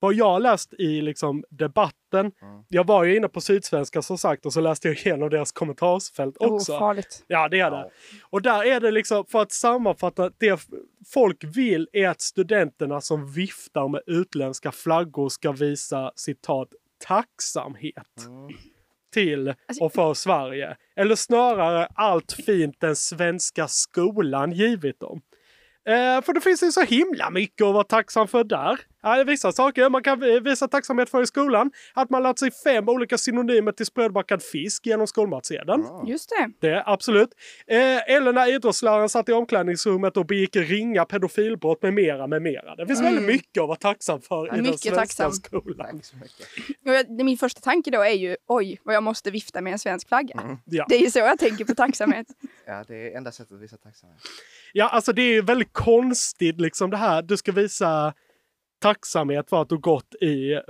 Speaker 4: vad jag läst i liksom debatten. Jag var ju inne på Sydsvenska som sagt och så läste jag igenom deras kommentarsfält
Speaker 2: Oh,
Speaker 4: också.
Speaker 2: farligt.
Speaker 4: Ja, det är det. Och där är det liksom, för att sammanfatta, det f- folk vill är att studenterna som viftar med utländska flaggor ska visa citat tacksamhet till
Speaker 2: Alltså,
Speaker 4: och för Sverige. Eller snarare allt fint den svenska skolan givit dem. Eh, för det finns ju så himla mycket att vara tacksam för där. Eh, vissa saker man kan eh, visa tacksamhet för i skolan. Att man lärt sig fem olika synonymer till sprödbackad fisk genom skolmatsedeln.
Speaker 2: Just det.
Speaker 4: Det, absolut. Eh, eller när idrottsläraren satt i omklädningsrummet och begick ringa pedofilbrott med mera, med mera. Det finns
Speaker 2: Mm.
Speaker 4: väldigt mycket att vara tacksam för i den
Speaker 2: Mycket
Speaker 4: svenska
Speaker 2: tacksam.
Speaker 4: skolan.
Speaker 2: Och jag- det- Min första tanke då är ju oj, vad jag måste vifta med en svensk flagga.
Speaker 4: Ja.
Speaker 2: Det är ju så jag tänker på tacksamhet.
Speaker 3: Ja, det är enda sättet att visa tacksamhet.
Speaker 4: Ja, alltså det är ju väldigt konstigt liksom det här. Du ska visa tacksamhet för att du gått i eh,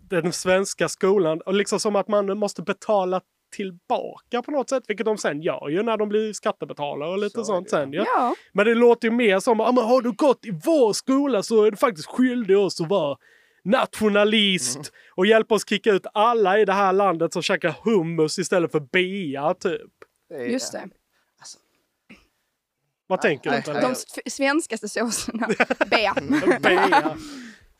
Speaker 4: den svenska skolan. Och liksom som att man måste betala tillbaka på något sätt, vilket de sen gör ju när de blir skattebetalare och lite sånt sen. Ja.
Speaker 2: Ja.
Speaker 4: Men det låter ju mer som, ah, men har du gått i vår skola så är du faktiskt skyldig oss att vara nationalist och hjälpa oss kicka ut alla i det här landet som käkar hummus istället för bea, typ.
Speaker 3: Det är-
Speaker 2: Just det.
Speaker 4: Vad tänker du? Pelle?
Speaker 2: De s- svenskaste såserna. Bea.
Speaker 4: Bea.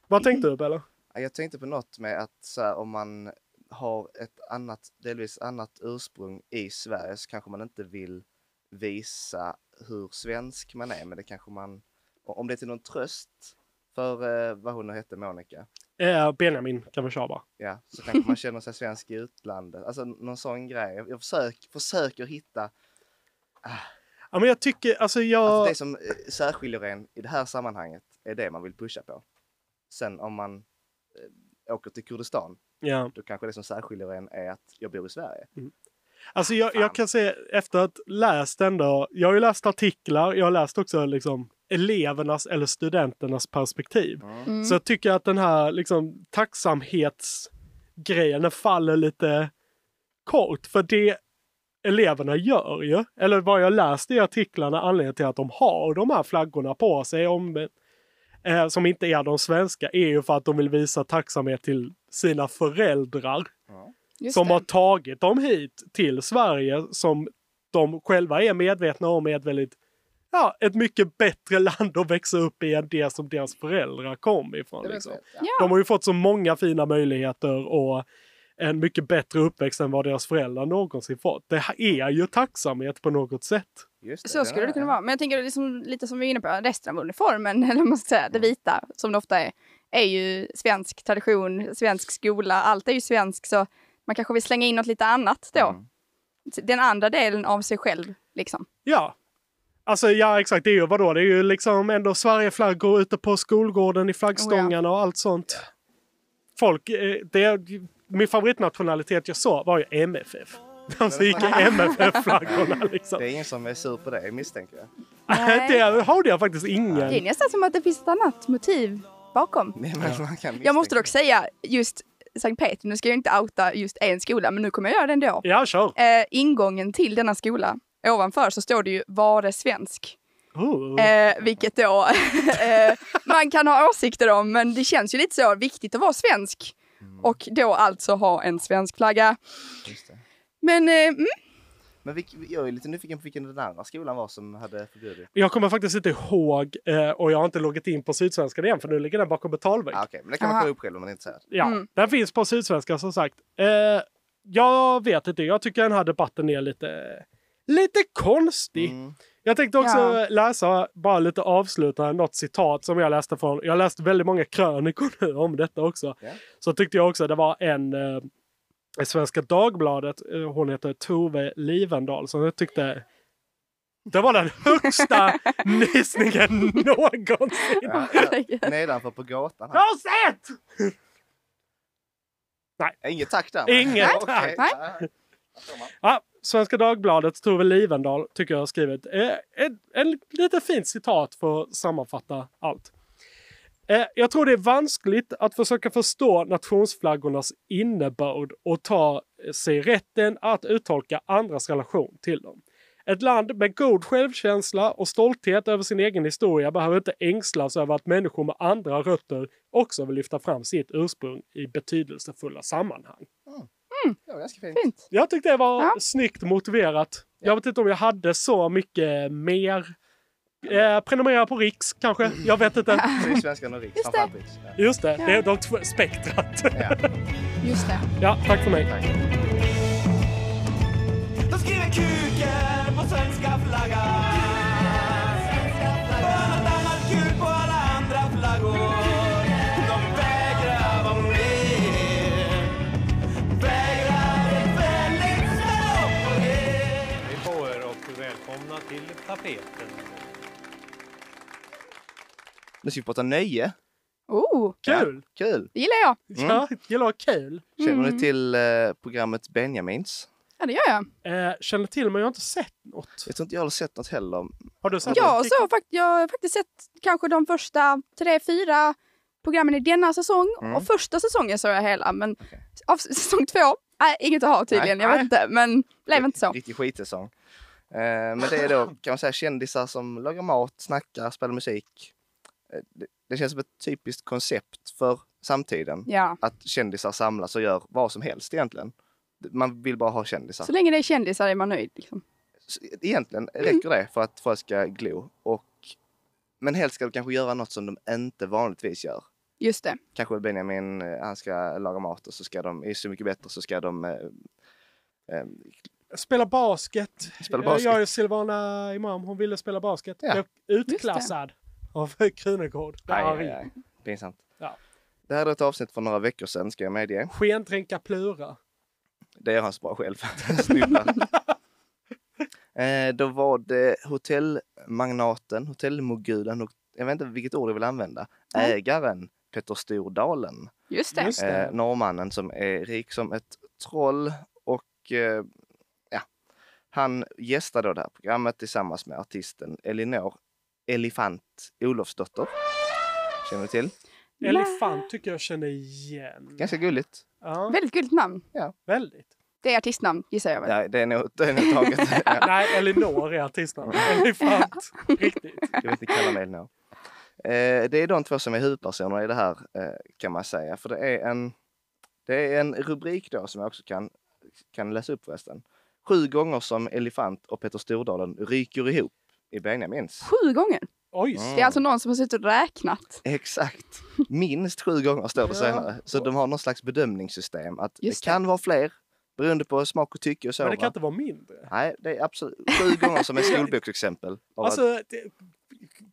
Speaker 4: Vad tänkte du Bella?
Speaker 3: Ja, Jag tänkte på något med att så här, om man har ett annat, delvis annat ursprung i Sverige så kanske man inte vill visa hur svensk man är, men det kanske man, om det är till någon tröst för eh, vad hon nu hette, Monica,
Speaker 4: Eh, Benjamin kan vi köra bara.
Speaker 3: ja, så kanske man känner sig svensk i utlandet. Alltså någon sån grej. Jag jag försök, försöker hitta
Speaker 4: Ja, men jag tycker, alltså jag...
Speaker 3: Alltså det som eh, särskiljer en i det här sammanhanget är det man vill pusha på. Sen om man eh, åker till Kurdistan,
Speaker 4: Ja.
Speaker 3: då kanske det som särskiljer en är att jag bor i Sverige.
Speaker 4: Alltså jag, jag kan säga efter att läst ändå, jag har ju läst artiklar, jag har läst också liksom elevernas eller studenternas perspektiv.
Speaker 16: Mm.
Speaker 4: Så jag tycker att den här liksom tacksamhetsgrejen den faller lite kort för det eleverna gör ju, eller vad jag läste i artiklarna anledningen till att de har de här flaggorna på sig om, eh, som inte är de svenska är ju för att de vill visa tacksamhet till sina föräldrar
Speaker 2: Just
Speaker 4: som
Speaker 2: det.
Speaker 4: har tagit dem hit till Sverige som de själva är medvetna om är ett väldigt ja, ett mycket bättre land att växa upp i än det som deras föräldrar kom ifrån. Liksom. De har ju fått så många fina möjligheter och en mycket bättre uppväxt än vad deras föräldrar någonsin fått. Det här är ju tacksamhet på något sätt.
Speaker 2: Så skulle det kunna vara. Men jag tänker liksom, lite som vi är inne på, resten av uniformen, eller vad man ska säga, det vita, som det ofta är, är ju svensk tradition, svensk skola, allt är ju svenskt, så man kanske vill slänga in något lite annat då. Den andra delen av sig själv, liksom.
Speaker 4: Ja. Alltså ja exakt, det är ju vadå? Det är ju liksom ändå Sverigeflaggor ute på skolgården i flaggstångarna och allt sånt. Folk, eh, det, min favoritnationalitet jag såg var ju MFF. De som Alltså, gick i MFF-flaggorna liksom.
Speaker 3: Det är ingen som är sur på det misstänker jag.
Speaker 2: Nej.
Speaker 4: det hade jag faktiskt
Speaker 2: Det är
Speaker 4: ingen.
Speaker 2: nästan som att det finns ett annat motiv bakom. Jag måste dock säga just Sankt Peter, nu ska jag inte outa just en skola, men nu kommer jag göra det ändå.
Speaker 4: Ja, kör.
Speaker 2: Eh, ingången till denna skola, ovanför så står det ju Vare svensk.
Speaker 4: Oh.
Speaker 3: Mm.
Speaker 2: Eh, vilket då eh, man kan ha åsikter om, men det känns ju lite så viktigt att vara svensk.
Speaker 3: Mm.
Speaker 2: Och då alltså ha en svensk flagga. Men eh, mm,
Speaker 3: Men vilk, jag är lite nyfiken på vilken den andra skolan var som hade förbjudit.
Speaker 4: Jag kommer faktiskt inte ihåg eh, och jag har inte loggat in på Sydsvenskan igen för nu ligger den bakom betalvägg.
Speaker 3: Ah, Okej, men det kan man kolla upp själv om man är intresserad.
Speaker 4: Ja, den finns på Sydsvenskan som sagt. Eh, jag vet inte, jag tycker den här debatten är lite, lite konstig.
Speaker 3: Mm.
Speaker 4: Jag tänkte också
Speaker 9: Ja.
Speaker 4: läsa, bara lite avsluta, något citat som jag läste från. Jag läste väldigt många krönikor nu om detta också.
Speaker 9: Ja.
Speaker 4: Så tyckte jag också det var en eh, i Svenska Dagbladet, eh, hon heter Tove Livendal, som jag tyckte det var den högsta nysningen någonsin.
Speaker 3: Ja, ja. Nedanför på gatan. här.
Speaker 4: Rosett!
Speaker 3: Nej. Inget tack där. va?
Speaker 4: Inget
Speaker 3: Ja, okej.
Speaker 4: tack. Ja, Svenska Dagbladets Tove Livendal tycker jag har skrivit eh, en, en lite fint citat för att sammanfatta allt. Eh, jag tror det är vanskligt att försöka förstå nationsflaggornas innebörd och ta sig rätten att uttolka andras relation till dem. Ett land med god självkänsla och stolthet över sin egen historia behöver inte ängslas över att människor med andra rötter också vill lyfta fram sitt ursprung i betydelsefulla sammanhang.
Speaker 3: Det var ganska fint.
Speaker 4: Jag tyckte det var snyggt motiverat. Jag vet inte om jag hade så mycket mer. Eh, prenumerera på Riks kanske? Jag vet inte.
Speaker 3: Sydsvenskan och Riks, framförallt Riks.
Speaker 4: Just det,
Speaker 3: Ja.
Speaker 4: det är de två spektrat.
Speaker 2: Just det.
Speaker 4: Ja, tack för mig.
Speaker 16: De skriver kuken på svenska flaggan Och något annat kul på alla andra flaggor De vägrar vara med Vägrar ett vänligt ställ upp på er
Speaker 9: Hej på er och välkomna till tapeten.
Speaker 3: Nu ska vi prata nöje.
Speaker 2: Oh,
Speaker 3: Kul! Kul!
Speaker 2: det gillar jag.
Speaker 3: Mm.
Speaker 4: Ja, gillar att ha kul.
Speaker 3: Känner
Speaker 2: Mm.
Speaker 3: ni till eh, programmet Benjamins?
Speaker 2: Ja, det gör jag.
Speaker 4: Eh, känner till men jag har inte sett något.
Speaker 3: Jag tror inte jag har sett något heller.
Speaker 4: Har du
Speaker 2: Jag, så, fakt- jag har faktiskt sett kanske de första tre, fyra programmen i denna säsong.
Speaker 3: Mm.
Speaker 2: Och första säsongen såg jag hela, men av s- säsong två, nej, inget att ha tydligen.
Speaker 3: Nej,
Speaker 2: jag
Speaker 3: nej.
Speaker 2: vet inte, men blev inte så.
Speaker 3: Riktig skitsäsong. Eh, men det är då kan man säga kändisar som lagar mat, snackar, spelar musik. Eh, det, det känns som ett typiskt koncept för samtiden.
Speaker 2: Ja.
Speaker 3: Att kändisar samlas och gör vad som helst egentligen. Man vill bara ha kändisar.
Speaker 2: Så länge det är kändisar är man nöjd. Liksom.
Speaker 3: Så egentligen
Speaker 2: Mm.
Speaker 3: räcker det för att folk ska glo. Och, men helst ska de kanske göra något som de inte vanligtvis gör.
Speaker 2: Just det.
Speaker 3: Kanske Benjamin, eh, han ska laga mat och så ska de, är Så mycket bättre, så ska de eh, eh,
Speaker 4: Spela basket. Eh,
Speaker 3: Spela basket.
Speaker 4: Jag är Silvana Imam, hon ville spela basket.
Speaker 3: Ja.
Speaker 4: Blev utklassad av Krunegård. Det är
Speaker 3: Aj,
Speaker 4: arg.
Speaker 3: aj, aj. eh, Pinsamt.
Speaker 4: Ja.
Speaker 3: Det här är ett avsnitt för några veckor sedan, ska jag medge.
Speaker 4: Skentränka Plura.
Speaker 3: Det gör han så bra själv. Snubblar. eh, då var det hotellmagnaten, hotellmogulen, och jag vet inte vilket ord jag vill använda,
Speaker 2: Nej.
Speaker 3: ägaren Petter Stordalen.
Speaker 2: Just det. Just det.
Speaker 3: Eh, norrmannen som är rik som ett troll och eh, ja, han gästade då det här programmet tillsammans med artisten Elinor Elefant Olofsdotter. Känner du till? Eh,
Speaker 4: Elefant tycker jag känner igen.
Speaker 3: Ganska gulligt.
Speaker 4: Ja.
Speaker 2: Väldigt gulligt namn.
Speaker 3: Ja.
Speaker 4: Väldigt.
Speaker 2: Det är artistnamn, gissar jag väl.
Speaker 3: Ja, det är nog, det är nog taget. ja.
Speaker 4: Nej, Elinor är artistnamn. Elefant.
Speaker 3: Jag vet inte kalla mig Elinor. Eh, det är de två som är huvudpersoner i det här eh, kan man säga. För det är en, det är en rubrik då som jag också kan, kan läsa upp förresten. Sju gånger som Elefant och Petter Stordalen ryker ihop i Benjamins.
Speaker 2: Sju gånger.
Speaker 4: Oj.
Speaker 2: Det är alltså någon som har suttit och räknat.
Speaker 3: Exakt. Minst sju gånger står det senare. Så de har någon slags bedömningssystem. Att
Speaker 2: Just
Speaker 3: det kan vara fler beroende på smak och tycke och så.
Speaker 4: Men det kan
Speaker 3: va?
Speaker 4: inte vara mindre.
Speaker 3: Nej, det är absolut sju gånger som en skolboksexempel. av att-
Speaker 4: Alltså, det,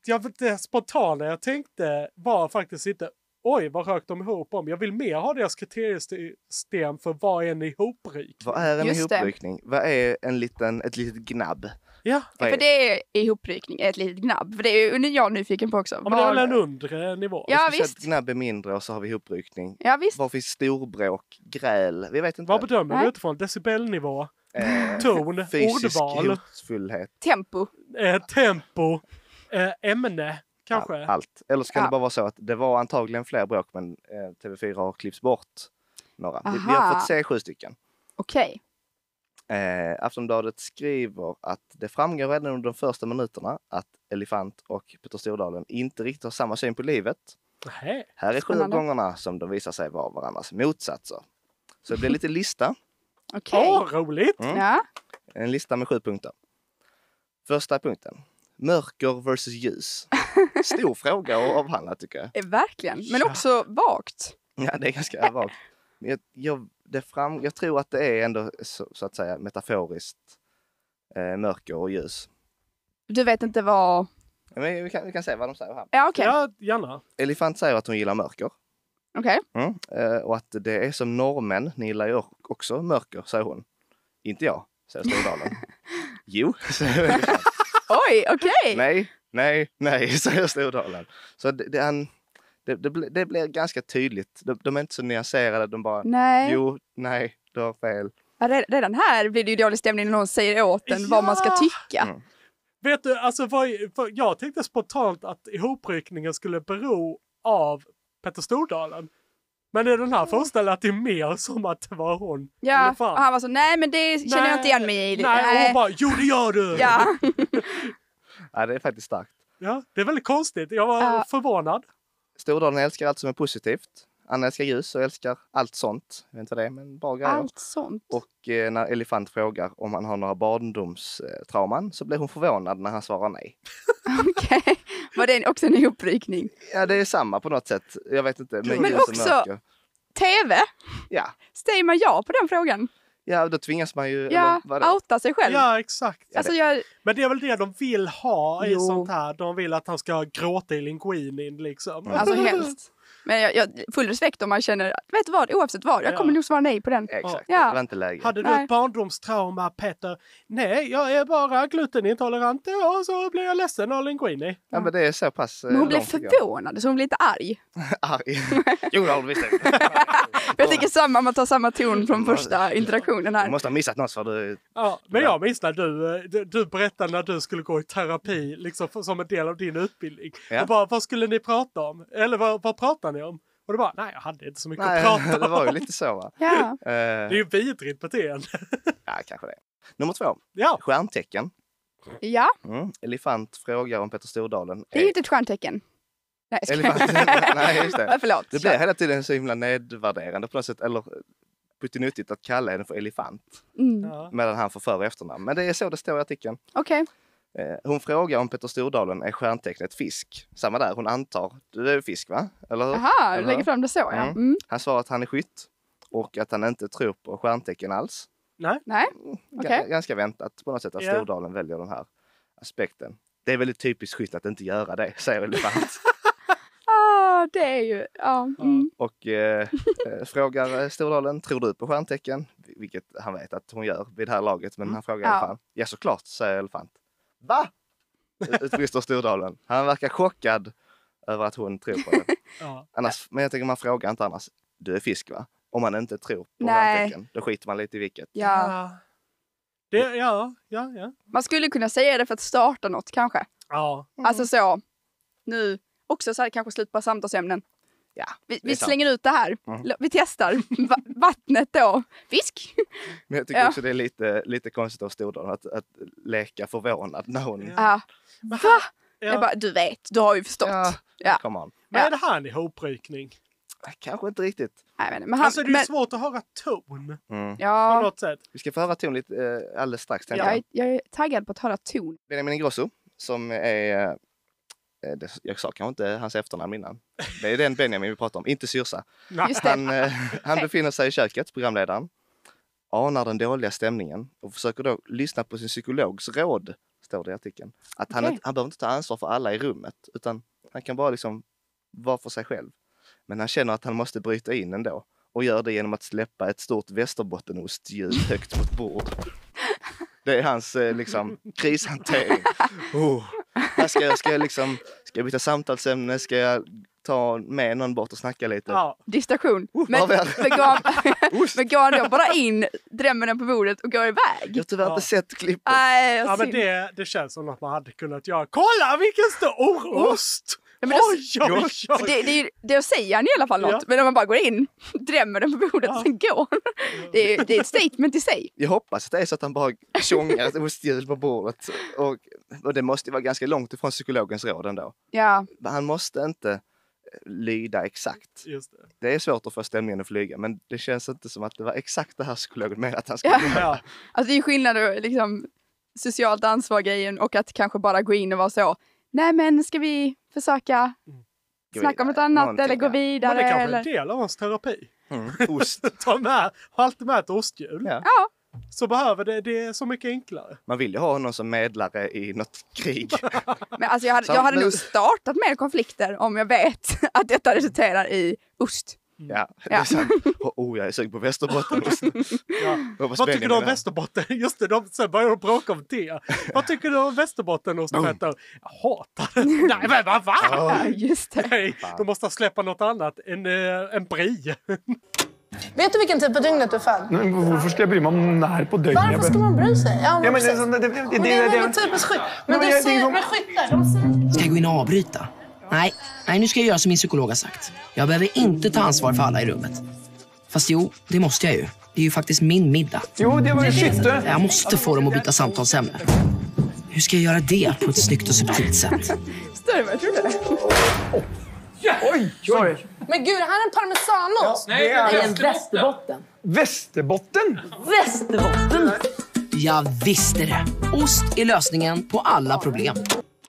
Speaker 4: jag, det spontana jag tänkte var faktiskt inte oj, vad rök de ihop om? Jag vill mer ha deras kriteriesystem för vad är en ihopryk?
Speaker 3: Vad är en
Speaker 4: Just det.
Speaker 3: ihopryckning? Vad är en liten, ett litet gnabb?
Speaker 4: Ja.
Speaker 2: För det är ihoprykning, ett litet gnabb. För det är ju jag nyfiken på också.
Speaker 4: Ja, men det är väl en undre nivå?
Speaker 2: Ja,
Speaker 3: Jag skulle
Speaker 2: visst.
Speaker 3: säga att Gnabb är mindre och så har vi ihopryckning.
Speaker 2: Ja, visst.
Speaker 3: Var finns storbråk, gräl? Vi vet inte. Eh,
Speaker 4: Vad bedömer du utifrån? Decibelnivå? Ton?
Speaker 3: Fysisk
Speaker 4: Ordval?
Speaker 3: hotfullhet.
Speaker 2: Tempo.
Speaker 4: Eh, tempo? Eh, ämne? Kanske?
Speaker 3: Allt. Eller så kan
Speaker 4: Ja.
Speaker 3: det bara vara så att det var antagligen fler bråk men eh, TV4 har klippt bort några. Vi, vi
Speaker 2: Aha.
Speaker 3: har fått se sju stycken.
Speaker 2: Okej.
Speaker 3: Eh, Aftonbladet skriver att det framgår redan under de första minuterna att Elefant och Peter Stordalen inte riktigt har samma syn på livet.
Speaker 4: Nähä.
Speaker 3: Här är sju
Speaker 2: Spännande.
Speaker 3: gångerna som de visar sig vara varandras motsatser. Så det blir lite lista.
Speaker 2: Okej.
Speaker 4: roligt!
Speaker 3: Mm.
Speaker 2: Ja.
Speaker 3: En lista med sju punkter. Första punkten. Mörker versus ljus. Stor fråga att avhandla tycker jag.
Speaker 2: Eh, Verkligen. Men också vagt.
Speaker 3: Ja, det är ganska vagt. Men jag, jag, det fram, jag tror att det är ändå så, så att säga metaforiskt eh, mörker och ljus.
Speaker 2: Du vet inte vad...
Speaker 3: Men vi, kan, vi kan se vad de säger här.
Speaker 2: Ja, okej.
Speaker 4: Ja, gärna.
Speaker 3: Elefant säger att hon gillar mörker.
Speaker 2: Okej.
Speaker 3: Mm. Eh, och att det är som norrmän, ni gillar ju också mörker, säger hon. Inte jag, säger Stordalen. jo, säger Elefant.
Speaker 2: Oj, okej.
Speaker 3: Nej, nej, nej, säger Stordalen. Så det, det, är en, det, det, blir- det blir ganska tydligt. De, de är inte så nyanserade, de bara
Speaker 2: Nej.
Speaker 3: jo, nej, du har fel.
Speaker 2: Ja, re- Redan här blir det ju dålig stämning när någon säger åt en vad man ska
Speaker 4: Ja. Mm.
Speaker 2: tycka.
Speaker 4: Vet du, alltså vad, vad, jag tänkte spontant att ihopryckningen skulle bero av Petter Stordalen. Men i den här föreställer jag att det är mer som att det var hon.
Speaker 2: Ja,
Speaker 4: Eller fan.
Speaker 2: och han var så, nej men det känner jag inte igen mig i.
Speaker 4: Nej, och hon bara, jo det gör du!
Speaker 2: Ja,
Speaker 3: Ja, det är faktiskt starkt.
Speaker 4: Ja, det är väldigt konstigt. Jag var
Speaker 2: Ja.
Speaker 4: förvånad.
Speaker 3: Stordalen älskar allt som är positivt. Han älskar ljus och älskar allt sånt. Jag vet inte vad det är, men bra grejer.
Speaker 2: allt sånt.
Speaker 3: Och eh, när Elefant frågar om han har några barndomstrauman eh, så blir hon förvånad när han svarar nej.
Speaker 2: Var det också en ihoprykning?
Speaker 3: Ja, det är samma på något sätt. Jag vet inte. Men,
Speaker 2: Men
Speaker 3: ljus och
Speaker 2: också-
Speaker 3: mörker.
Speaker 2: TV?
Speaker 3: Ja.
Speaker 2: Säger man ja på den frågan?
Speaker 3: ja, då tvingas man ju...
Speaker 2: Ja,
Speaker 3: eller vadå?
Speaker 2: outa sig själv.
Speaker 4: Ja, exakt.
Speaker 2: Alltså jag,
Speaker 4: Men det är väl det de vill ha i
Speaker 2: Jo.
Speaker 4: sånt här. De vill att han ska gråta i linguinin liksom.
Speaker 2: alltså helst. Men jag, jag, full respekt om man känner, vet du vad, oavsett vad, jag
Speaker 4: Ja.
Speaker 2: kommer nog svara nej på den.
Speaker 3: Exakt, det var
Speaker 2: Ja.
Speaker 3: inte läge.
Speaker 4: Hade du
Speaker 2: Nej.
Speaker 4: ett barndomstrauma Petter? Nej, jag är bara glutenintolerant och så blir jag ledsen av linguini.
Speaker 3: Ja, men det är så pass eh,
Speaker 2: Men hon blev
Speaker 3: långt att gå.
Speaker 2: förvånad, så hon blev inte arg.
Speaker 3: Arg. Jo, det har du visst det.
Speaker 2: Jag tycker samma, man tar samma ton från första interaktionen
Speaker 3: Du
Speaker 2: här.
Speaker 3: Mm. måste ha missat något för du...
Speaker 4: Ja, men jag minns när du, eh, du, du berättade när du skulle gå i terapi liksom, för- som en del av din utbildning.
Speaker 3: Ja.
Speaker 4: Och bara, vad skulle ni prata om? Eller vad, vad pratade ni om? Och du bara, nej jag hade inte så mycket
Speaker 3: Nej,
Speaker 4: att prata
Speaker 3: det var ju
Speaker 4: om.
Speaker 3: lite så va.
Speaker 2: Ja.
Speaker 3: Eh,
Speaker 4: Det är ju vidrigt beteende.
Speaker 3: Ja, kanske det. Nummer två.
Speaker 4: Ja.
Speaker 3: Stjärntecken.
Speaker 2: ja,
Speaker 3: Mm. Elefant frågar om Petter Stordalen
Speaker 2: det är ju inte ett stjärntecken. Nej, jag skojar.
Speaker 3: Elefant. Nej, just det.
Speaker 2: Förlåt.
Speaker 3: Det
Speaker 2: Kör.
Speaker 3: blir hela tiden så himla nedvärderande på något sätt. Eller eh, puttinuttigt att kalla henne för elefant.
Speaker 2: Mm.
Speaker 4: Ja.
Speaker 3: Medan han får för och efternamn. Men det är så det står i artikeln.
Speaker 2: Okej.
Speaker 3: Eh, Hon frågar om Petter Stordalen är stjärntecknet fisk. Samma där, hon antar. Du är ju fisk va? Eller hur?
Speaker 2: Jaha,
Speaker 3: Eller
Speaker 2: du
Speaker 3: hur?
Speaker 2: lägger fram det så ja.
Speaker 3: Mm.
Speaker 2: Mm.
Speaker 3: Han svarar att han är skytt. Och att han inte tror på stjärntecken alls. Mm,
Speaker 4: Nej,
Speaker 2: Nej,
Speaker 3: Ga-
Speaker 2: Okej.
Speaker 3: Ganska väntat på något sätt att
Speaker 4: Ja.
Speaker 3: Stordalen väljer den här aspekten. Det är väldigt typiskt skytt att inte göra det, säger Elefant.
Speaker 2: ah, det är ju... Ja. Mm.
Speaker 3: och eh, eh, frågar eh, Stordalen, tror du på stjärntecken? Vilket han vet att hon gör vid det här laget, men han frågar
Speaker 2: Mm. Ja.
Speaker 3: Elefant. Ja, såklart, säger Elefant. Va? Utbrister Stordalen. Han verkar chockad över att hon tror på det.
Speaker 4: Ja.
Speaker 3: Annars, men jag tänker, man frågar inte annars. Du är fisk va? Om man inte tror på
Speaker 2: Nej.
Speaker 3: stjärntecken, då skiter man lite i vilket.
Speaker 2: ja.
Speaker 4: Det, ja, ja, ja.
Speaker 2: Man skulle kunna säga det för att starta något kanske.
Speaker 4: ja.
Speaker 2: Alltså så, nu, också så här kanske slut på samtalsämnen.
Speaker 3: Ja,
Speaker 2: Vi,
Speaker 3: det är
Speaker 2: vi
Speaker 3: sant.
Speaker 2: slänger ut det här. L- Vi testar. Va vattnet då. Fisk.
Speaker 3: Men jag tycker
Speaker 2: Ja.
Speaker 3: också det är lite, lite konstigt av Stordalen att, att leka förvånad när hon...
Speaker 4: Ja.
Speaker 2: Ja.
Speaker 4: Men
Speaker 2: Va?
Speaker 4: Ja.
Speaker 2: Jag bara, du vet, du har ju förstått.
Speaker 3: Ja.
Speaker 2: Ja.
Speaker 3: Come on.
Speaker 4: Men
Speaker 2: Ja.
Speaker 4: är det här en ihopryckning?
Speaker 3: Kanske inte riktigt.
Speaker 2: Nej, men, men han,
Speaker 4: alltså det är ju
Speaker 2: men,
Speaker 4: svårt att höra ton
Speaker 3: Mm.
Speaker 4: på
Speaker 2: ja,
Speaker 4: något sätt.
Speaker 3: Vi ska få höra ton lite eh, alldeles strax. tänker
Speaker 2: jag,
Speaker 3: jag.
Speaker 2: är- jag är taggad på att höra ton.
Speaker 3: Benjamin Ingrosso som är... eh, Det, jag sa kanske inte hans efternamn innan. Det är den Benjamin vi pratar om, inte syrsa.
Speaker 4: Nej.
Speaker 2: Just det.
Speaker 3: Han, eh, han befinner sig i köket, programledaren. Anar den dåliga stämningen och försöker då lyssna på sin psykologs råd, står det i artikeln. Att han,
Speaker 2: Okej.
Speaker 3: inte- han behöver inte ta ansvar för alla i rummet, utan han kan bara liksom vara för sig själv. Men han känner att han måste bryta in ändå och gör det genom att släppa ett stort västerbottenostljud högt mot bord. Det är hans eh, liksom, krishantering. Oh, här ska, jag, ska, jag liksom, ska jag byta samtalsämne? Ska jag ta med någon bort och snacka lite?
Speaker 2: Distraktion. Men,
Speaker 3: har vi
Speaker 2: men,
Speaker 3: all-
Speaker 2: går, men går han då bara in, drämmer den på bordet och går iväg?
Speaker 3: Jag har tyvärr inte sett klippet.
Speaker 2: Nej,
Speaker 4: Ja, men
Speaker 2: synd.
Speaker 4: det, det känns som att man hade kunnat göra. Kolla vilken stor ost!
Speaker 2: Ja, men
Speaker 4: Oj,
Speaker 2: då-
Speaker 4: oj, oj!
Speaker 2: Det, det, är ju- det säger han i alla fall något,
Speaker 3: Ja.
Speaker 2: men om man bara går in, drämmer den på bordet och sen går han. Det är, ju- det är ett statement i sig.
Speaker 3: Jag hoppas att det är så att han bara tjongar ett osthjul på bordet. Och, och det måste ju vara ganska långt ifrån psykologens råd ändå.
Speaker 2: Ja,
Speaker 3: Men Han måste inte eh, lyda exakt.
Speaker 4: Just det.
Speaker 3: Det är svårt att få stämningen att flyga, men det känns inte som att det var exakt det här psykologen menade att han skulle
Speaker 2: ja.
Speaker 3: göra.
Speaker 2: Alltså det är ju skillnad att, liksom socialt ansvar-grejen och att kanske bara gå in och vara så, nej men ska vi försöka
Speaker 4: Gå
Speaker 2: snacka om något annat eller gå vidare?
Speaker 4: Men det kanske är
Speaker 2: eller?
Speaker 4: en del av hans terapi.
Speaker 3: Mm.
Speaker 4: Ta med, ha alltid med ett osthjul.
Speaker 2: Ja.
Speaker 4: Så behöver det, det är så mycket enklare.
Speaker 3: Man vill ju ha någon som medlare i något krig.
Speaker 2: Men alltså jag hade,
Speaker 3: Så
Speaker 2: jag hade
Speaker 3: nu-
Speaker 2: nog startat mer konflikter om jag vet att detta resulterar i ost.
Speaker 3: Ja, det är
Speaker 2: Ja.
Speaker 3: sant. Åh, oh, jag är sugen på Västerbotten just nu. Hoppas
Speaker 4: Vad tycker du
Speaker 3: Benjamin
Speaker 4: om
Speaker 3: är-
Speaker 4: Västerbotten? Just det, de, sen börjar de bråka om det. Vad tycker du om Västerbotten och Petter? Jag hatar det. Nej, men vad
Speaker 2: Ja,
Speaker 4: fan!
Speaker 2: just det.
Speaker 4: Nej, de måste släppa något annat än eh, en brie.
Speaker 17: Vet du vilken tid på dygnet du är född?
Speaker 8: Men Varför ska jag bry mig om när på dygnet?
Speaker 17: Varför ska man bry sig? Ja, men
Speaker 8: Ja, men det-
Speaker 17: precis.
Speaker 8: det- det- det-
Speaker 17: Men det är
Speaker 8: det-
Speaker 17: väl typiskt skytt.
Speaker 8: Nej, men
Speaker 17: Men, du
Speaker 8: jag- det är
Speaker 17: säger,
Speaker 8: som-
Speaker 17: men skyttar, de säger...
Speaker 18: Ska jag gå in och avbryta? Nej, nej nu ska jag göra som min psykolog har sagt. Jag behöver inte ta ansvar för alla i rummet. Fast jo, det måste jag ju. Det är ju faktiskt min middag.
Speaker 8: Jo, det var ju syfte.
Speaker 18: Jag måste få dem att byta samtalsämne. Hur ska jag göra det på ett snyggt och subtilt sätt?
Speaker 2: Större än vad jag trodde.
Speaker 8: Oj, sorry.
Speaker 17: Men gud, det här är en parmesanost!
Speaker 8: Nej, det är
Speaker 17: en Västerbotten.
Speaker 8: Västerbotten?
Speaker 18: Västerbotten! Jag visste det! Ost är lösningen på alla problem.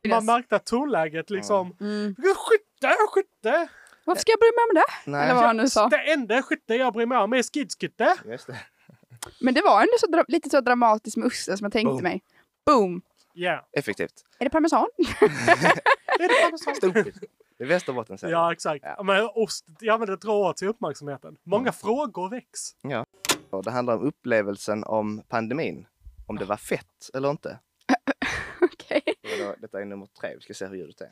Speaker 4: Man märkte att tonläget liksom... Skytte, skytte!
Speaker 2: Varför ska jag bry mig om det?
Speaker 3: Nej.
Speaker 2: Eller vad han nu sa.
Speaker 4: Det enda skytte jag bryr mig om är skidskytte.
Speaker 3: Just det.
Speaker 2: Men det var ändå så dra- lite så dramatiskt med osten som jag tänkte
Speaker 3: Boom.
Speaker 2: mig. Boom!
Speaker 4: Yeah.
Speaker 3: Effektivt.
Speaker 2: Är det parmesan?
Speaker 3: Stolpigt. Det är Västerbotten säger
Speaker 4: Ja, exakt. Ja. Men ost, ja, men det drar åt sig uppmärksamheten. Många frågor väcks.
Speaker 3: Ja. Och det handlar om upplevelsen om pandemin. Om det var fett eller inte. Okej. Detta är nummer tre. Vi ska se hur ljudet är.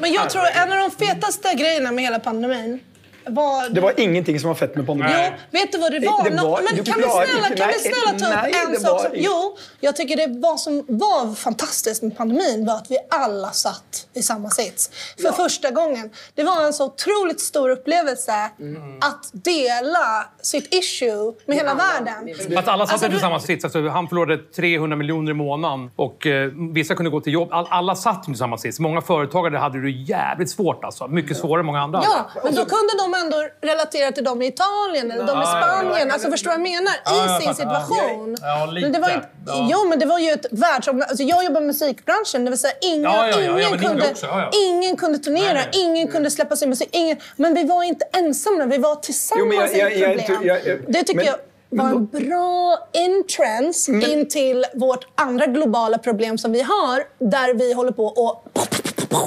Speaker 17: Men jag tror en av de fetaste grejerna med hela pandemin var...
Speaker 8: Det var ingenting som var fett med pandemin.
Speaker 17: Jo, vet du vad det var?
Speaker 8: Det var-
Speaker 17: Nå- men
Speaker 8: du
Speaker 17: kan vi
Speaker 8: klarar-
Speaker 17: snälla, kan vi
Speaker 8: nej,
Speaker 17: snälla ta upp
Speaker 8: nej, det
Speaker 17: en sak?
Speaker 8: var
Speaker 17: Som,
Speaker 8: inte-
Speaker 17: jo, jag tycker det var som var fantastiskt med pandemin var att vi alla satt i samma sits för första gången. Det var en så otroligt stor upplevelse
Speaker 8: Mm.
Speaker 17: att dela sitt issue med hela världen.
Speaker 19: Att alla satt
Speaker 17: Alltså,
Speaker 19: inte i
Speaker 17: du-
Speaker 19: samma sits. Alltså, han förlorade 300 miljoner i månaden och eh, vissa kunde gå till jobb. All, alla satt inte i samma sits. Många företagare hade det jävligt svårt. Alltså. Mycket svårare än många andra.
Speaker 17: Ja, men då kunde de ändå relatera till dem i Italien eller de i
Speaker 19: Ja, ja, ja.
Speaker 17: Spanien. Alltså förstår du vad jag menar?
Speaker 19: Ja, jag
Speaker 17: I sin
Speaker 19: fattar.
Speaker 17: situation.
Speaker 19: Ja, lite.
Speaker 17: Men det var ju,
Speaker 19: Ja.
Speaker 17: Jo, men det var ju ett världsområde. Alltså, jag jobbar i musikbranschen, det vill säga ingen,
Speaker 19: Ja, ja, ja, ja, men
Speaker 17: ingen,
Speaker 19: ni gjorde
Speaker 17: kunde,
Speaker 19: också, ja, Mm. ja.
Speaker 17: ingen kunde turnera, ingen kunde släppa sin musik. Ingen, men vi var inte ensamma, vi var
Speaker 8: Jo, men
Speaker 17: tillsammans
Speaker 8: jag- jag-
Speaker 17: i
Speaker 8: jag-
Speaker 17: ett problem.
Speaker 8: jag- jag-
Speaker 17: det tycker
Speaker 8: men- Mm.
Speaker 17: jag var en bra entrance in till vårt andra globala problem som vi har, där vi håller på att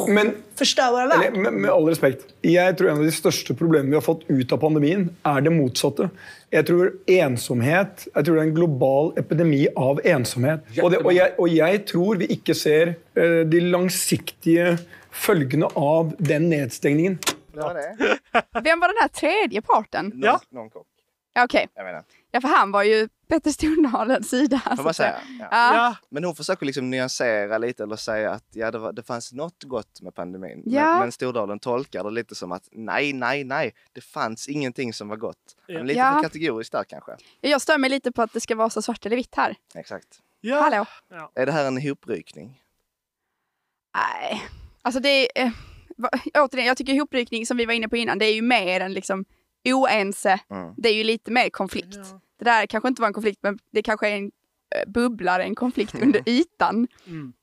Speaker 8: Men
Speaker 17: förstöra vår värld.
Speaker 8: Eller, med, med all respekt, jeg tror en av de største problemene vi har fått ut av pandemien, er det motsatte. Jeg tror ensomhet Jeg tror det er en global epidemi av ensomhet. Og, det, og, jeg, og jeg tror vi ikke ser eh, de langsiktige følgene av den nedstengningen.
Speaker 2: Vem var den här tredje parten?
Speaker 3: Ja. Någon kock.
Speaker 2: Ja, Okej.
Speaker 3: Jag menar.
Speaker 2: Ja, för han var ju Petter Stordalens sida. så
Speaker 3: Får man
Speaker 2: att
Speaker 3: säga.
Speaker 2: säga.
Speaker 3: Ja.
Speaker 2: Ja.
Speaker 3: Men hon försöker liksom nyansera lite eller säga att ja, det, var, det fanns något gott med pandemin. Men,
Speaker 2: Ja.
Speaker 3: men Stordalen tolkar det lite som att nej, nej, nej, det fanns ingenting som var gott.
Speaker 2: Ja.
Speaker 3: Men lite
Speaker 2: Ja.
Speaker 3: för kategoriskt där kanske.
Speaker 2: Ja, Jag stör mig lite på att det ska vara så svart eller vitt här.
Speaker 3: Exakt.
Speaker 4: Ja.
Speaker 2: Hallå?
Speaker 3: Är det här en ihoprykning?
Speaker 2: Nej. Alltså det är... Eh, va- återigen, jag tycker ihoprykning som vi var inne på innan, det är ju mer än liksom oense.
Speaker 3: Mm.
Speaker 2: Det är ju lite mer konflikt. Det där kanske inte var en konflikt, men det kanske är en eh, bubblare, en konflikt under ytan.
Speaker 4: Mm.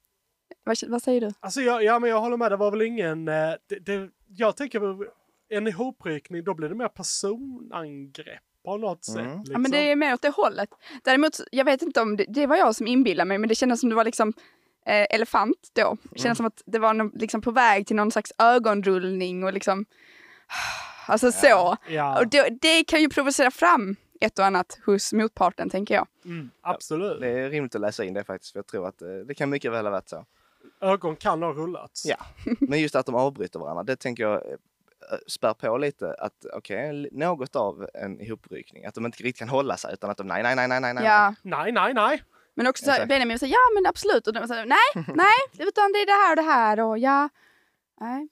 Speaker 2: Vad, vad säger du?
Speaker 4: Alltså, jag, ja, men jag håller med. Det var väl ingen... eh, Det, det, jag tänker på en ihoprykning, då blir det mer personangrepp på något
Speaker 3: Mm.
Speaker 4: sätt. Liksom.
Speaker 2: Ja, men det är mer åt det hållet. Däremot, jag vet inte om det, det var jag som inbillade mig, men det kändes som det var liksom eh, elefant då. Det kändes
Speaker 4: Mm.
Speaker 2: som att det var någon, liksom på väg till någon slags ögonrullning och liksom, alltså så.
Speaker 4: Ja.
Speaker 2: Och det, det kan ju provocera fram ett och annat hos motparten, tänker jag.
Speaker 4: mm, absolut.
Speaker 3: Det är rimligt att läsa in det faktiskt, för jag tror att eh, det kan mycket väl ha varit så.
Speaker 4: Ögon kan ha rullats.
Speaker 3: Ja, men just att de avbryter varandra, det tänker jag eh, spär på lite att okej, li- något av en ihopryckning. Att de inte riktigt kan hålla sig utan att de nej, nej, nej, nej, nej, nej.
Speaker 2: Ja.
Speaker 4: Nej, nej, nej.
Speaker 2: Men också så här,
Speaker 3: Exakt.
Speaker 2: Benjamin säger ja men absolut. Och de säger nej, nej, utan det är det här och det här och ja. Nej.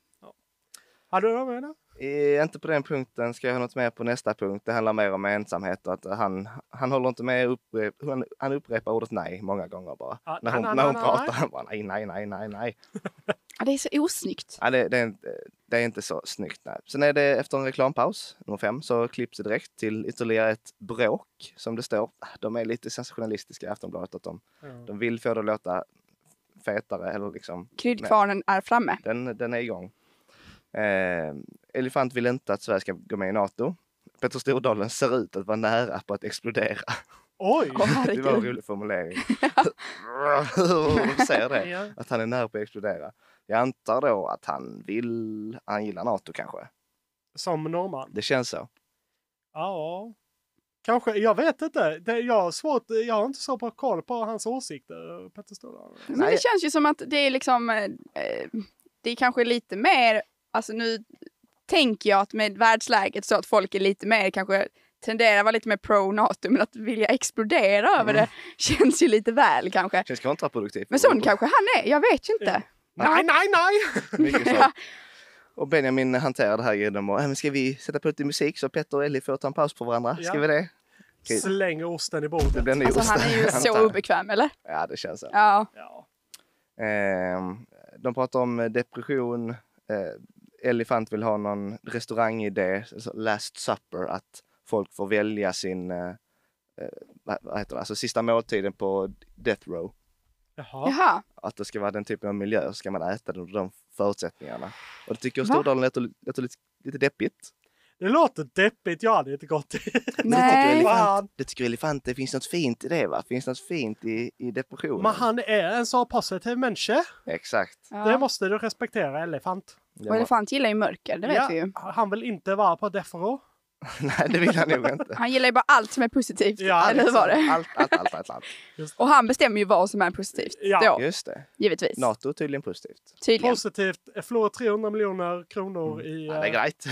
Speaker 4: Hade du något med det?
Speaker 3: Eh, Inte på den punkten. Ska jag ha något mer på nästa punkt? Det handlar mer om ensamhet och att han, han håller inte med. Upprep, han, han upprepar ordet nej många gånger bara.
Speaker 2: Ja,
Speaker 3: när hon,
Speaker 2: na, na,
Speaker 3: när hon
Speaker 2: na, na,
Speaker 3: pratar,
Speaker 2: nej.
Speaker 3: han bara nej, nej, nej, nej, nej.
Speaker 2: Ja, det är så osnyggt.
Speaker 3: Ja, det, det, är inte, det är inte så snyggt. Nej. Sen är det efter en reklampaus, nummer fem, så klipps det direkt till ytterligare ett bråk som det står. Ah, De är lite sensationalistiska i Aftonbladet. Att de,
Speaker 2: Ja.
Speaker 3: de vill få det att låta fetare eller liksom...
Speaker 2: Kryddkvarnen är framme.
Speaker 3: Den, den är igång. Eh, Elefant vill inte att Sverige ska gå med i Nato. Petter Stordalen ser ut att vara nära på att explodera.
Speaker 4: Oj!
Speaker 3: det var en rolig formulering. Hur säger det? Att han är nära på att explodera. Jag antar då att han vill, han gillar Nato kanske.
Speaker 4: Som norrman.
Speaker 3: Det känns så.
Speaker 4: Ja. Kanske, jag vet inte. Det, jag, har svårt, jag har inte så bra koll på hans åsikter, Petter Stordalen.
Speaker 2: Men det känns ju som att det är liksom, eh, eh, det är kanske lite mer, alltså nu tänker jag att med världsläget så att folk är lite mer, kanske tenderar att vara lite mer pro-NATO, men att vilja explodera över det känns ju lite väl kanske.
Speaker 3: Känns kontraproduktivt.
Speaker 2: Men sån kanske han är, jag vet ju inte.
Speaker 4: Nej, nej, nej!
Speaker 3: Mycket så. Och Benjamin hanterar det här genom att, "Äh, men ska vi sätta på lite musik så Petter och Ellie får ta en paus på varandra? Ska
Speaker 4: Ja.
Speaker 3: vi det? Okej.
Speaker 4: Slänger osten i bordet.
Speaker 3: Det blir ny
Speaker 2: Alltså
Speaker 3: ost.
Speaker 2: han är
Speaker 3: tar
Speaker 2: ju
Speaker 3: det.
Speaker 2: så obekväm, eller?
Speaker 3: Ja, det känns så.
Speaker 2: Ja.
Speaker 3: Ehm, de pratar om depression. Eh, Elefant vill ha någon restaurangidé, alltså last supper, att folk får välja sin, eh, eh, vad, vad heter det, alltså sista måltiden på death row.
Speaker 4: Jaha.
Speaker 2: Jaha.
Speaker 3: Att det ska vara den typen av miljö, ska man äta det under de förutsättningarna. Och det tycker jag
Speaker 4: Va?
Speaker 3: Stordalen låter, låter lite, lite deppigt.
Speaker 4: Det låter deppigt. Jag hade inte gått dit.
Speaker 3: Men Det tycker,
Speaker 4: Fan.
Speaker 3: elefant, det tycker elefant, det finns något fint i det va? Finns något fint i, i depressionen?
Speaker 4: Men han är en så positiv människa.
Speaker 3: Exakt.
Speaker 4: Det måste du respektera, Elefant.
Speaker 2: Och elefant gillar ju mörker, det vet
Speaker 4: Ja,
Speaker 2: vi ju.
Speaker 4: Han vill inte vara på Defro.
Speaker 3: Nej, det vill han nog inte.
Speaker 2: Han gillar ju bara allt som är positivt,
Speaker 4: Ja,
Speaker 2: eller hur var det?
Speaker 3: Allt, allt, allt, allt. allt.
Speaker 2: Och han bestämmer ju vad som är positivt då,
Speaker 3: Just det.
Speaker 2: givetvis.
Speaker 3: Nato är tydligen positivt.
Speaker 2: Tydligen.
Speaker 4: Positivt. Jag förlorar 300 miljoner kronor i...
Speaker 3: Mm. Ja, det är
Speaker 4: eh,
Speaker 3: grejt.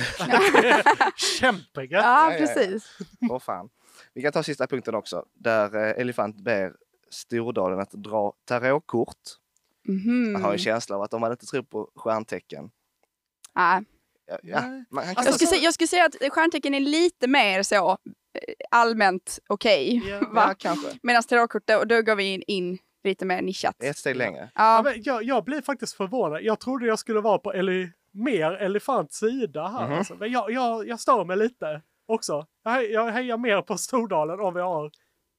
Speaker 4: Kämpiga.
Speaker 2: Ja, precis.
Speaker 3: Åh fan. Vi kan ta sista punkten också, där eh, Elefant ber Stordalen att dra tarotkort.
Speaker 2: Mhm.
Speaker 3: Han har en känsla av att om man inte tror på stjärntecken...
Speaker 2: Nej.
Speaker 3: Ja, ja,
Speaker 2: Nej.
Speaker 3: man, han kan
Speaker 2: jag, skulle säga, jag skulle säga att stjärntecken är lite mer så eh, allmänt okej. va?
Speaker 3: ja, kanske.
Speaker 2: Medan tarotkort, då, då går vi in, in lite mer nischat.
Speaker 3: Ett steg längre.
Speaker 4: Ja. men jag, jag blir faktiskt förvånad. Jag trodde jag skulle vara på ele, mer elefants sida här.
Speaker 3: Mhm.
Speaker 4: alltså. Men jag, jag, jag stör mig lite också. Jag, he- jag hejar mer på Stordalen om vi har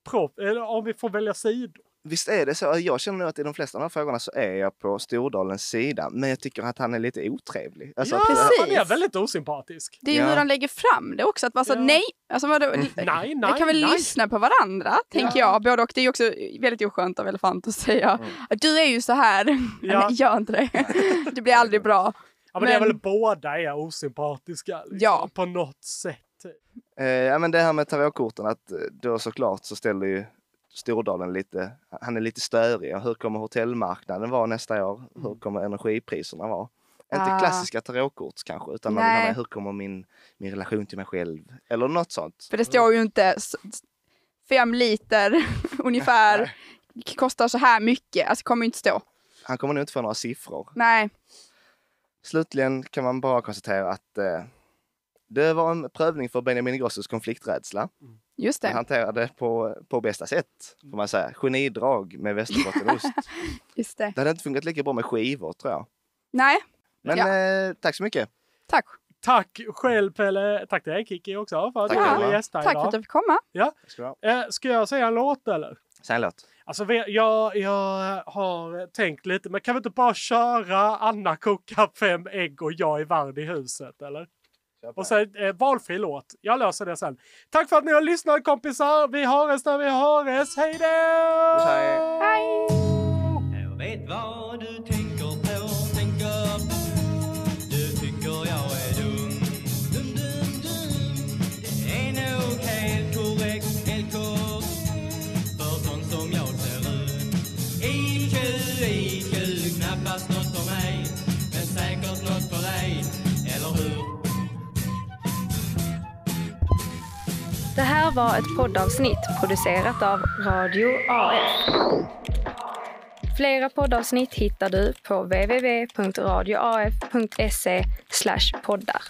Speaker 4: propp, eller om vi får välja sidor.
Speaker 3: Visst är det så? Jag känner nog att i de flesta av de här frågorna så är jag på Stordalens sida. Men jag tycker att han är lite otrevlig. Alltså
Speaker 4: ja,
Speaker 3: att-
Speaker 4: Han är väldigt osympatisk.
Speaker 2: Det är ju hur han lägger fram det också. Att vara så, nej, alltså, vadå,
Speaker 3: Mm.
Speaker 4: nej,
Speaker 2: vi kan väl
Speaker 4: nej.
Speaker 2: lyssna på varandra, tänker jag. Både och. Det är ju också väldigt oskönt av elefant att säga
Speaker 3: Mm.
Speaker 2: att du är ju så här.
Speaker 4: Ja.
Speaker 2: Nej, gör inte det. det blir aldrig bra.
Speaker 4: Ja, men, det är
Speaker 2: Men-
Speaker 4: väl båda är osympatiska liksom,
Speaker 2: Ja.
Speaker 4: på något sätt.
Speaker 3: Eh, ja, men det här med tarotkorten, att eh, då såklart så ställer ju Stordalen lite, han är lite störig. Hur kommer hotellmarknaden vara nästa år? Hur kommer energipriserna vara? Inte
Speaker 2: Mm. Ah.
Speaker 3: klassiska tarotkort kanske, utan man vill ha
Speaker 2: Nej.
Speaker 3: med, hur kommer min, min relation till mig själv? Eller något sånt.
Speaker 2: För det står ju inte s- s- fem liter ungefär k- kostar så här mycket. Alltså kommer ju inte stå.
Speaker 3: Han kommer nog inte få några siffror.
Speaker 2: Nej.
Speaker 3: Slutligen kan man bara konstatera att eh, det var en prövning för Benjamin Ingrossos konflikträdsla.
Speaker 2: Just det.
Speaker 3: Han hanterade på, på bästa sätt, får man säga. Genidrag med västerbottenost.
Speaker 2: Just det.
Speaker 3: Det hade inte funkat lika bra med skivor, tror jag.
Speaker 2: Nej.
Speaker 3: Men
Speaker 2: Ja.
Speaker 3: eh, tack så mycket.
Speaker 2: Tack.
Speaker 4: Tack själv Pelle. Tack till dig Kiki också för att
Speaker 3: Tack,
Speaker 4: du ville
Speaker 3: Emma.
Speaker 4: gästa
Speaker 2: Tack
Speaker 4: idag.
Speaker 2: för att du fick komma.
Speaker 4: Ja.
Speaker 3: Ska du ha.
Speaker 4: Eh, ska jag säga en låt eller?
Speaker 3: Säg en låt.
Speaker 4: Alltså vi- jag, jag har tänkt lite, men kan vi inte bara köra Anna kokar fem ägg och jag är värd i huset eller? Och sen eh, valfri låt. Jag löser det sen. Tack för att ni har lyssnat kompisar. Vi hörs när vi hörs. Hej då!
Speaker 2: Hej!
Speaker 16: Jag vet vad du tänker på, tänker Du tycker jag är dum, dum, dum, dum Det är nog helt korrekt
Speaker 1: här var ett poddavsnitt producerat av Radio AF. Flera poddavsnitt hittar du på www.radioaf.se E poddar.